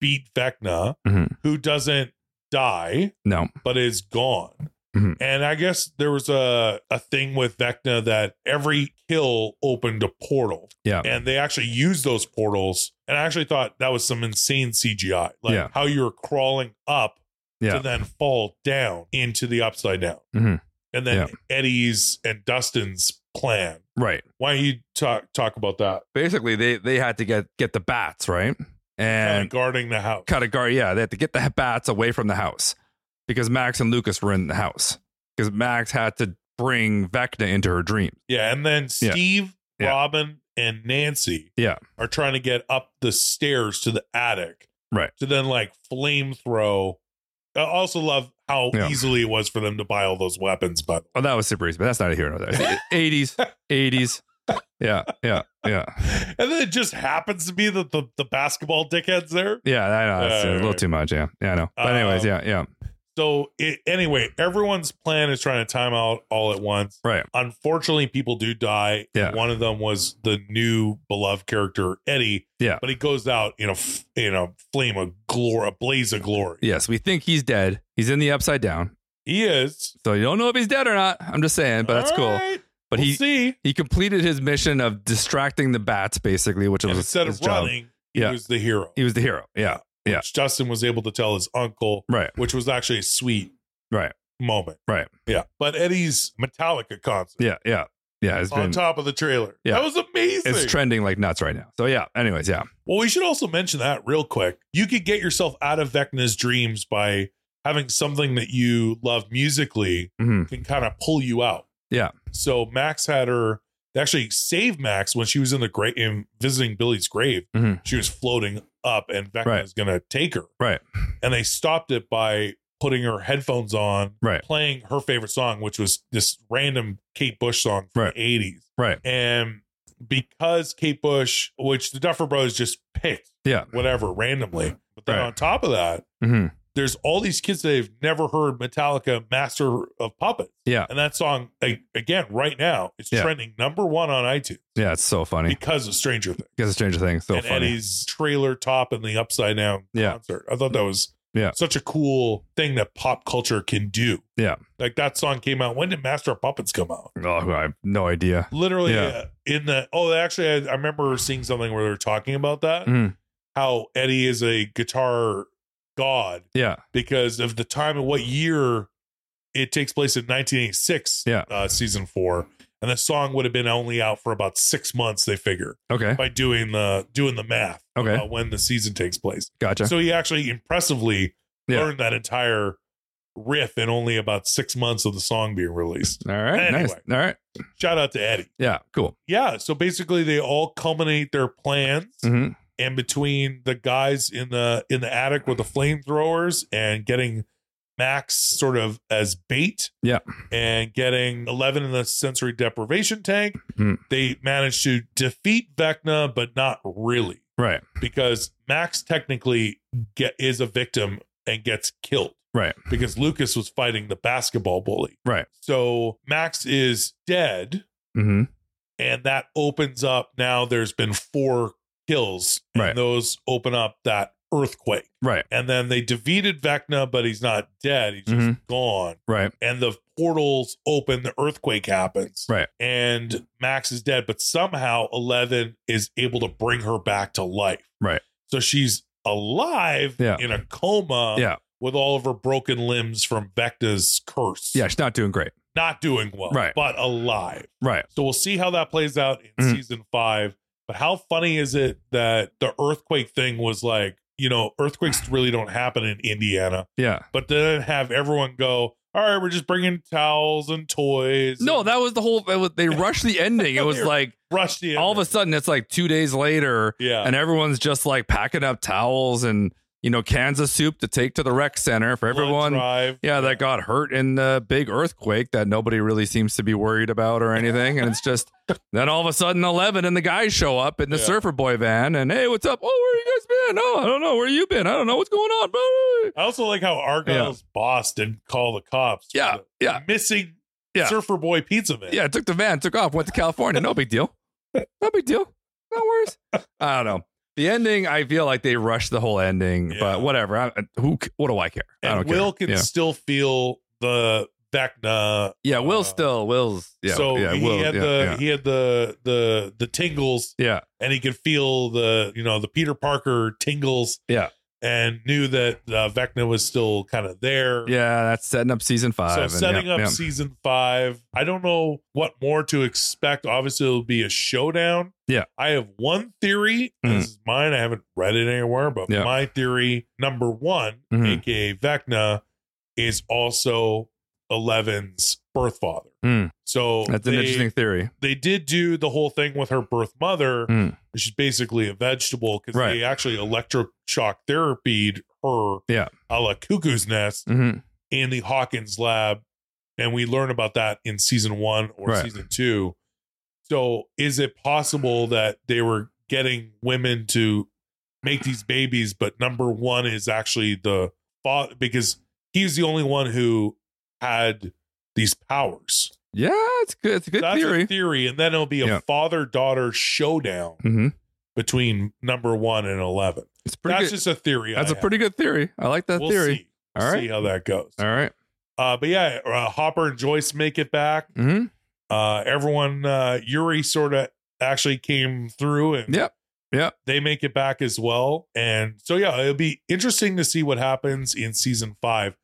S1: beat Vecna,
S2: Mhm.
S1: who doesn't die
S2: No.
S1: but is gone.
S2: Mhm.
S1: And I guess there was a, a thing with Vecna that every kill opened a portal.
S2: Yeah.
S1: And they actually used those portals. And I actually thought that was some insane CGI. Like
S2: Yeah.
S1: how you were crawling up
S2: Yeah.
S1: to then fall down into the upside down.
S2: Mhm.
S1: And then Eddie's and Dustin's plan.
S2: Right.
S1: Why don't you talk talk about that?
S2: Basically they they had to get get the bats, right?
S1: Kinda
S2: And
S1: Uh, guarding the house.
S2: cut a guard. Yeah, they had to get the bats away from the house because Max and Lucas were in the house because Max had to bring Vecna into her dream.
S1: Yeah, and then
S2: Yeah.
S1: Steve,
S2: Yeah.
S1: Robin, and Nancy
S2: Yeah.
S1: are trying to get up the stairs to the attic.
S2: Right.
S1: To then like flamethrow. I also love how
S2: Yeah.
S1: easily it was for them to buy all those weapons, but
S2: Oh, that was super easy, but that's not a hero. That's eighties, eighties. Yeah, yeah, yeah,
S1: and then it just happens to be that the, the basketball dickheads there.
S2: yeah. I know that's
S1: Uh,
S2: a little too much. Yeah, yeah, I know. But anyways,
S1: Um,
S2: yeah, yeah,
S1: So it, anyway, everyone's plan is trying to time out all at once.
S2: right.
S1: Unfortunately, people do die.
S2: Yeah.
S1: One of them was the new beloved character Eddie.
S2: Yeah.
S1: But he goes out in a f- in a flame of glory, a blaze of glory.
S2: Yes, we think he's dead. He's in the upside down,
S1: He is.
S2: so you don't know if he's dead or not. I'm just saying, but that's
S1: All
S2: cool.
S1: right,
S2: But
S1: we'll
S2: he
S1: see.
S2: he completed his mission of distracting the bats, basically, which
S1: And
S2: was
S1: instead
S2: his
S1: of
S2: job.
S1: running, he
S2: Yeah.
S1: was the hero.
S2: He was the hero. Yeah, yeah.
S1: Which Justin was able to tell his uncle,
S2: right,
S1: which was actually a sweet
S2: right.
S1: moment.
S2: Right.
S1: Yeah. But Eddie's Metallica concert
S2: Yeah, yeah, yeah. It's
S1: on
S2: been
S1: top of the trailer.
S2: Yeah.
S1: That was amazing.
S2: it's trending like nuts right now. So yeah. Anyways, yeah,
S1: Well, we should also mention that real quick. You could get yourself out of Vecna's dreams by having something that you love musically
S2: hmm
S1: can kind of pull you out.
S2: Yeah.
S1: So Max had her they actually saved Max when she was in the grave in visiting Billy's grave.
S2: Mhm.
S1: She was floating up and Vecna
S2: Right.
S1: was gonna take her.
S2: Right.
S1: And they stopped it by putting her headphones on,
S2: Right.
S1: playing her favorite song, which was this random Kate Bush song from
S2: Right.
S1: the 80s.
S2: Right.
S1: And because Kate Bush, which the Duffer Bros just picked,
S2: Yeah.
S1: whatever, randomly. But then
S2: Right.
S1: on top of that,
S2: hmm
S1: there's all these kids that have never heard Metallica Master of Puppets.
S2: Yeah.
S1: And that song, a- again, right now, it's
S2: Yeah.
S1: trending number one on iTunes
S2: yeah. It's so funny.
S1: because of Stranger Things
S2: Because of Stranger Things, so
S1: and
S2: funny.
S1: Eddie's trailer top and the upside down
S2: Yeah.
S1: concert. I thought that was
S2: Yeah.
S1: such a cool thing that pop culture can do.
S2: Yeah.
S1: Like that song came out. When did Master of Puppets come out?
S2: Oh, I have no idea.
S1: Literally
S2: Yeah.
S1: uh, in the, oh, actually, I, I remember seeing something where they were talking about that,
S2: Mhm.
S1: how Eddie is a guitar god
S2: Yeah,
S1: because of the time of what year it takes place in 1986,
S2: Yeah.
S1: uh, season four, and the song would have been only out for about six months. They figure
S2: okay,
S1: by doing the doing the math
S2: okay,
S1: uh, when the season takes place.
S2: gotcha.
S1: So he actually impressively
S2: Yeah.
S1: learned that entire riff in only about six months of the song being released.
S2: All right. Nice.
S1: Anyway.
S2: All right.
S1: Shout out to Eddie.
S2: Yeah. Cool.
S1: Yeah. So basically, they all culminate their plans,
S2: hmm
S1: and between the guys in the in the attic with the flamethrowers and getting Max sort of as bait,
S2: Yeah.
S1: and getting Eleven in the sensory deprivation tank,
S2: Hmm.
S1: they manage to defeat Vecna, but not really
S2: Right.
S1: because Max technically get is a victim and gets killed.
S2: Right.
S1: Because Lucas was fighting the basketball bully.
S2: Right.
S1: So Max is dead,
S2: hmm
S1: and that opens up now there's been four kills. And
S2: Right.
S1: those open up that earthquake.
S2: Right.
S1: And then they defeated Vecna, but he's not dead. He's
S2: Mm-hmm.
S1: just gone.
S2: Right.
S1: And the portals open, the earthquake happens.
S2: Right.
S1: And Max is dead, but somehow Eleven is able to bring her back to life.
S2: Right.
S1: So she's alive
S2: Yeah.
S1: in a coma
S2: Yeah.
S1: with all of her broken limbs from Vecna's curse.
S2: Yeah. She's not doing great.
S1: Not doing well,
S2: Right.
S1: but alive.
S2: Right.
S1: So we'll see how that plays out in
S2: Mhm.
S1: season five. But how funny is it that the earthquake thing was like, you know, earthquakes really don't happen in Indiana,
S2: Yeah.
S1: but then have everyone go, all right, we're just bringing towels and toys.
S2: No,
S1: and
S2: that was the whole. That was, they rushed the ending. It was
S1: They were-
S2: like
S1: rush the
S2: all of a
S1: end."
S2: sudden, it's like two days later,
S1: Yeah.
S2: and everyone's just like packing up towels and you know cans of soup to take to the rec center for
S1: Blood
S2: everyone.
S1: drive.
S2: Yeah, that got hurt in the big earthquake that nobody really seems to be worried about or anything. And it's just then all of a sudden eleven and the guys show up in the
S1: Yeah.
S2: surfer boy van and hey, what's up? Oh, where you guys been? Oh, I don't know. Where you been? I don't know what's going on. buddy?"
S1: I also like how Argyle's boss didn't call the cops.
S2: Yeah, yeah,
S1: Missing
S2: Yeah.
S1: Surfer Boy Pizza Man.
S2: yeah. Took the van, took off, went to California. No big deal. No big deal. No worries. I don't know. The ending, I feel like they rushed the whole ending,
S1: Yeah.
S2: but whatever. I, who? c- What do I care? I
S1: And
S2: don't
S1: Will
S2: care.
S1: can
S2: yeah.
S1: still feel the Vecna
S2: yeah, Will
S1: uh,
S2: still Will's. Yeah,
S1: so
S2: yeah,
S1: he
S2: Will,
S1: had
S2: yeah,
S1: the
S2: yeah.
S1: he had the the the tingles,
S2: yeah,
S1: and he could feel the you know the Peter Parker tingles.
S2: Yeah.
S1: and knew that uh, Vecna was still kind of there.
S2: yeah. That's setting up season five.
S1: So
S2: and
S1: setting
S2: yeah,
S1: up
S2: yeah.
S1: season five, I don't know what more to expect. Obviously, it'll be a showdown.
S2: Yeah.
S1: I have one theory.
S2: Mm.
S1: This is mine. I haven't read it anywhere, but
S2: Yeah.
S1: my theory number one,
S2: Mhm.
S1: aka Vecna, is also Eleven's birth father.
S2: Hmm.
S1: So
S2: That's an
S1: they-
S2: interesting theory.
S1: they did do the whole thing with her birth mother,
S2: Hmm.
S1: which is basically a vegetable because
S2: Right.
S1: they actually electroshock therapied her
S2: Yeah.
S1: a la cuckoo's nest
S2: Mhm.
S1: in the Hawkins lab. And we learn about that in season one or
S2: Right.
S1: season two. So is it possible that they were getting women to make these babies, but number one is actually the father because he's the only one who had these powers.
S2: Yeah, it's good. It's a good
S1: That's
S2: theory.
S1: a theory, and then it'll be a
S2: Yeah.
S1: father daughter showdown
S2: Mhm.
S1: between number one and eleven.
S2: It's pretty.
S1: That's
S2: good.
S1: just a theory.
S2: That's
S1: I
S2: a
S1: have.
S2: pretty good theory. I like that
S1: We'll
S2: theory.
S1: See.
S2: All
S1: We'll
S2: right.
S1: see how that goes.
S2: All right.
S1: Uh, but yeah, uh, Hopper and Joyce make it back.
S2: Mhm.
S1: Uh, everyone, uh, Yuri sort of actually came through, and
S2: Yep.
S1: they make it back as well. And so yeah, it'll be interesting to see what happens in season five.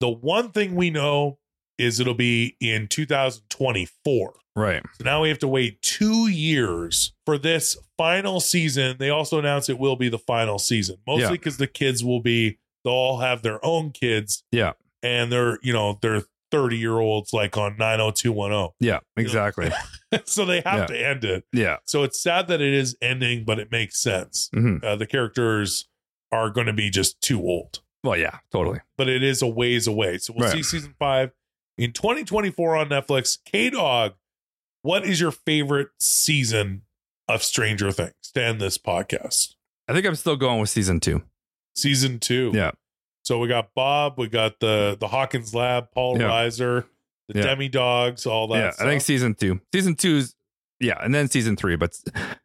S1: The one thing we know is it'll be in 2024.
S2: Right.
S1: So now we have to wait two years for this final season. They also announced it will be the final season, mostly because the kids will be, they'll all have their own kids.
S2: Yeah.
S1: And they're, you know, they're 30 year olds like on 90210.
S2: Yeah. Exactly.
S1: so they have
S2: Yeah.
S1: to end it.
S2: yeah.
S1: So it's sad that it is ending, but it makes sense.
S2: Mhm.
S1: Uh, the characters are going to be just too old,
S2: Well, yeah. Totally.
S1: but it is a ways away. So we'll
S2: Right.
S1: see season five in 2024 on Netflix. K Dog, what is your favorite season of Stranger Things? Stand this podcast.
S2: I think I'm still going with season two.
S1: Season two.
S2: Yeah.
S1: So we got Bob, we got the the Hawkins Lab, Paul
S2: Yeah.
S1: Reiser, the
S2: Yeah.
S1: Demi Dogs, all that.
S2: yeah. I think
S1: stuff.
S2: season two. Season two's. Yeah, and then season three, but s-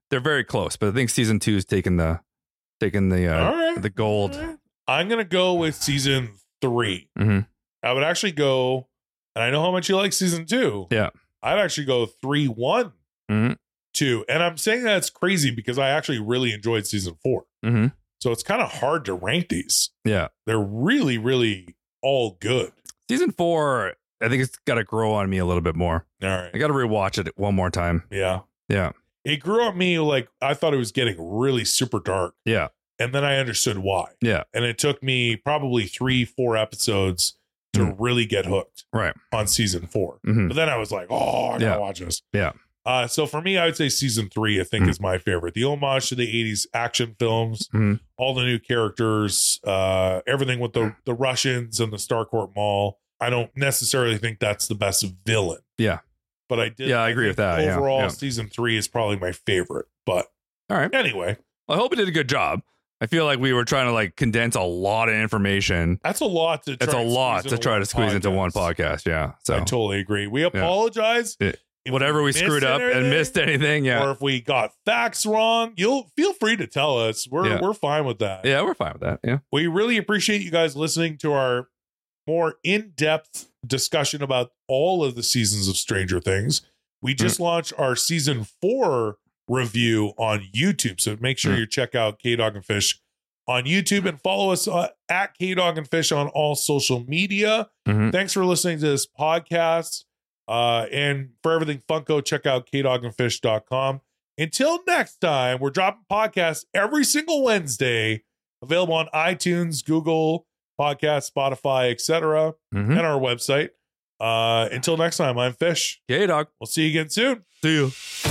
S2: they're very close. But I think season two's taking the taking the uh,
S1: all right.
S2: the gold.
S1: I'm gonna go with season three.
S2: Mhm.
S1: I would actually go, and I know how much you like season two.
S2: Yeah.
S1: I'd actually go three one
S2: Mhm.
S1: two, and I'm saying that's crazy because I actually really enjoyed season four.
S2: hmm
S1: So it's kind of hard to rank these.
S2: Yeah.
S1: They're really, really all good.
S2: Season four, I think it's got to grow on me a little bit more.
S1: All right.
S2: I got to rewatch it one more time.
S1: Yeah.
S2: Yeah.
S1: It grew on me like I thought it was getting really super dark.
S2: Yeah.
S1: And then I understood why.
S2: Yeah.
S1: And it took me probably three, four episodes to
S2: Mhm.
S1: really get hooked
S2: Right.
S1: on season 4
S2: Mhm.
S1: But then I was like, oh, I gotta
S2: Yeah.
S1: watch this.
S2: Yeah.
S1: Uh, so for me, I would say season three, I think,
S2: Mm.
S1: is my favorite. The homage to the 80s action films,
S2: Mhm.
S1: all the new characters, uh, everything with the,
S2: Mm.
S1: the Russians and the Starcourt Mall. I don't necessarily think that's the best villain.
S2: Yeah.
S1: But I did.
S2: Yeah, I agree
S1: think
S2: with that. Yeah.
S1: Overall,
S2: Yeah.
S1: season three is probably my favorite. But
S2: All right.
S1: anyway,
S2: I hope it did a good job. I feel like we were trying to like condense a lot of information.
S1: that's a lot to try
S2: It's a
S1: and
S2: lot
S1: squeeze
S2: to
S1: into
S2: try
S1: one
S2: to squeeze into one podcast. Yeah.
S1: I
S2: So
S1: totally agree. We apologize.
S2: Yeah.
S1: if
S2: whatever we
S1: missed
S2: screwed up and
S1: anything.
S2: missed anything, yeah.
S1: or if we got facts wrong, you'll feel free to tell us. We're
S2: Yeah.
S1: we're fine with that.
S2: Yeah, we're fine with that. Yeah.
S1: We really appreciate you guys listening to our more in-depth discussion about all of the seasons of Stranger Things.
S2: Mm.
S1: We just launched our season 4 review on YouTube, so make sure
S2: Mm.
S1: you check out K-Dog and Fish on YouTube and follow us uh, at K-Dog and Fish on all social media.
S2: Mhm.
S1: Thanks for listening to this podcast. Uh, and for everything Funko, check out kdogandfish.com. Until next time, we're dropping podcasts every single Wednesday, available on iTunes, Google Podcasts, Spotify, etc.,
S2: Mhm.
S1: and our website. Uh, until next time, I'm Fish.
S2: Okay, dog.
S1: We'll see you again soon.
S2: See you.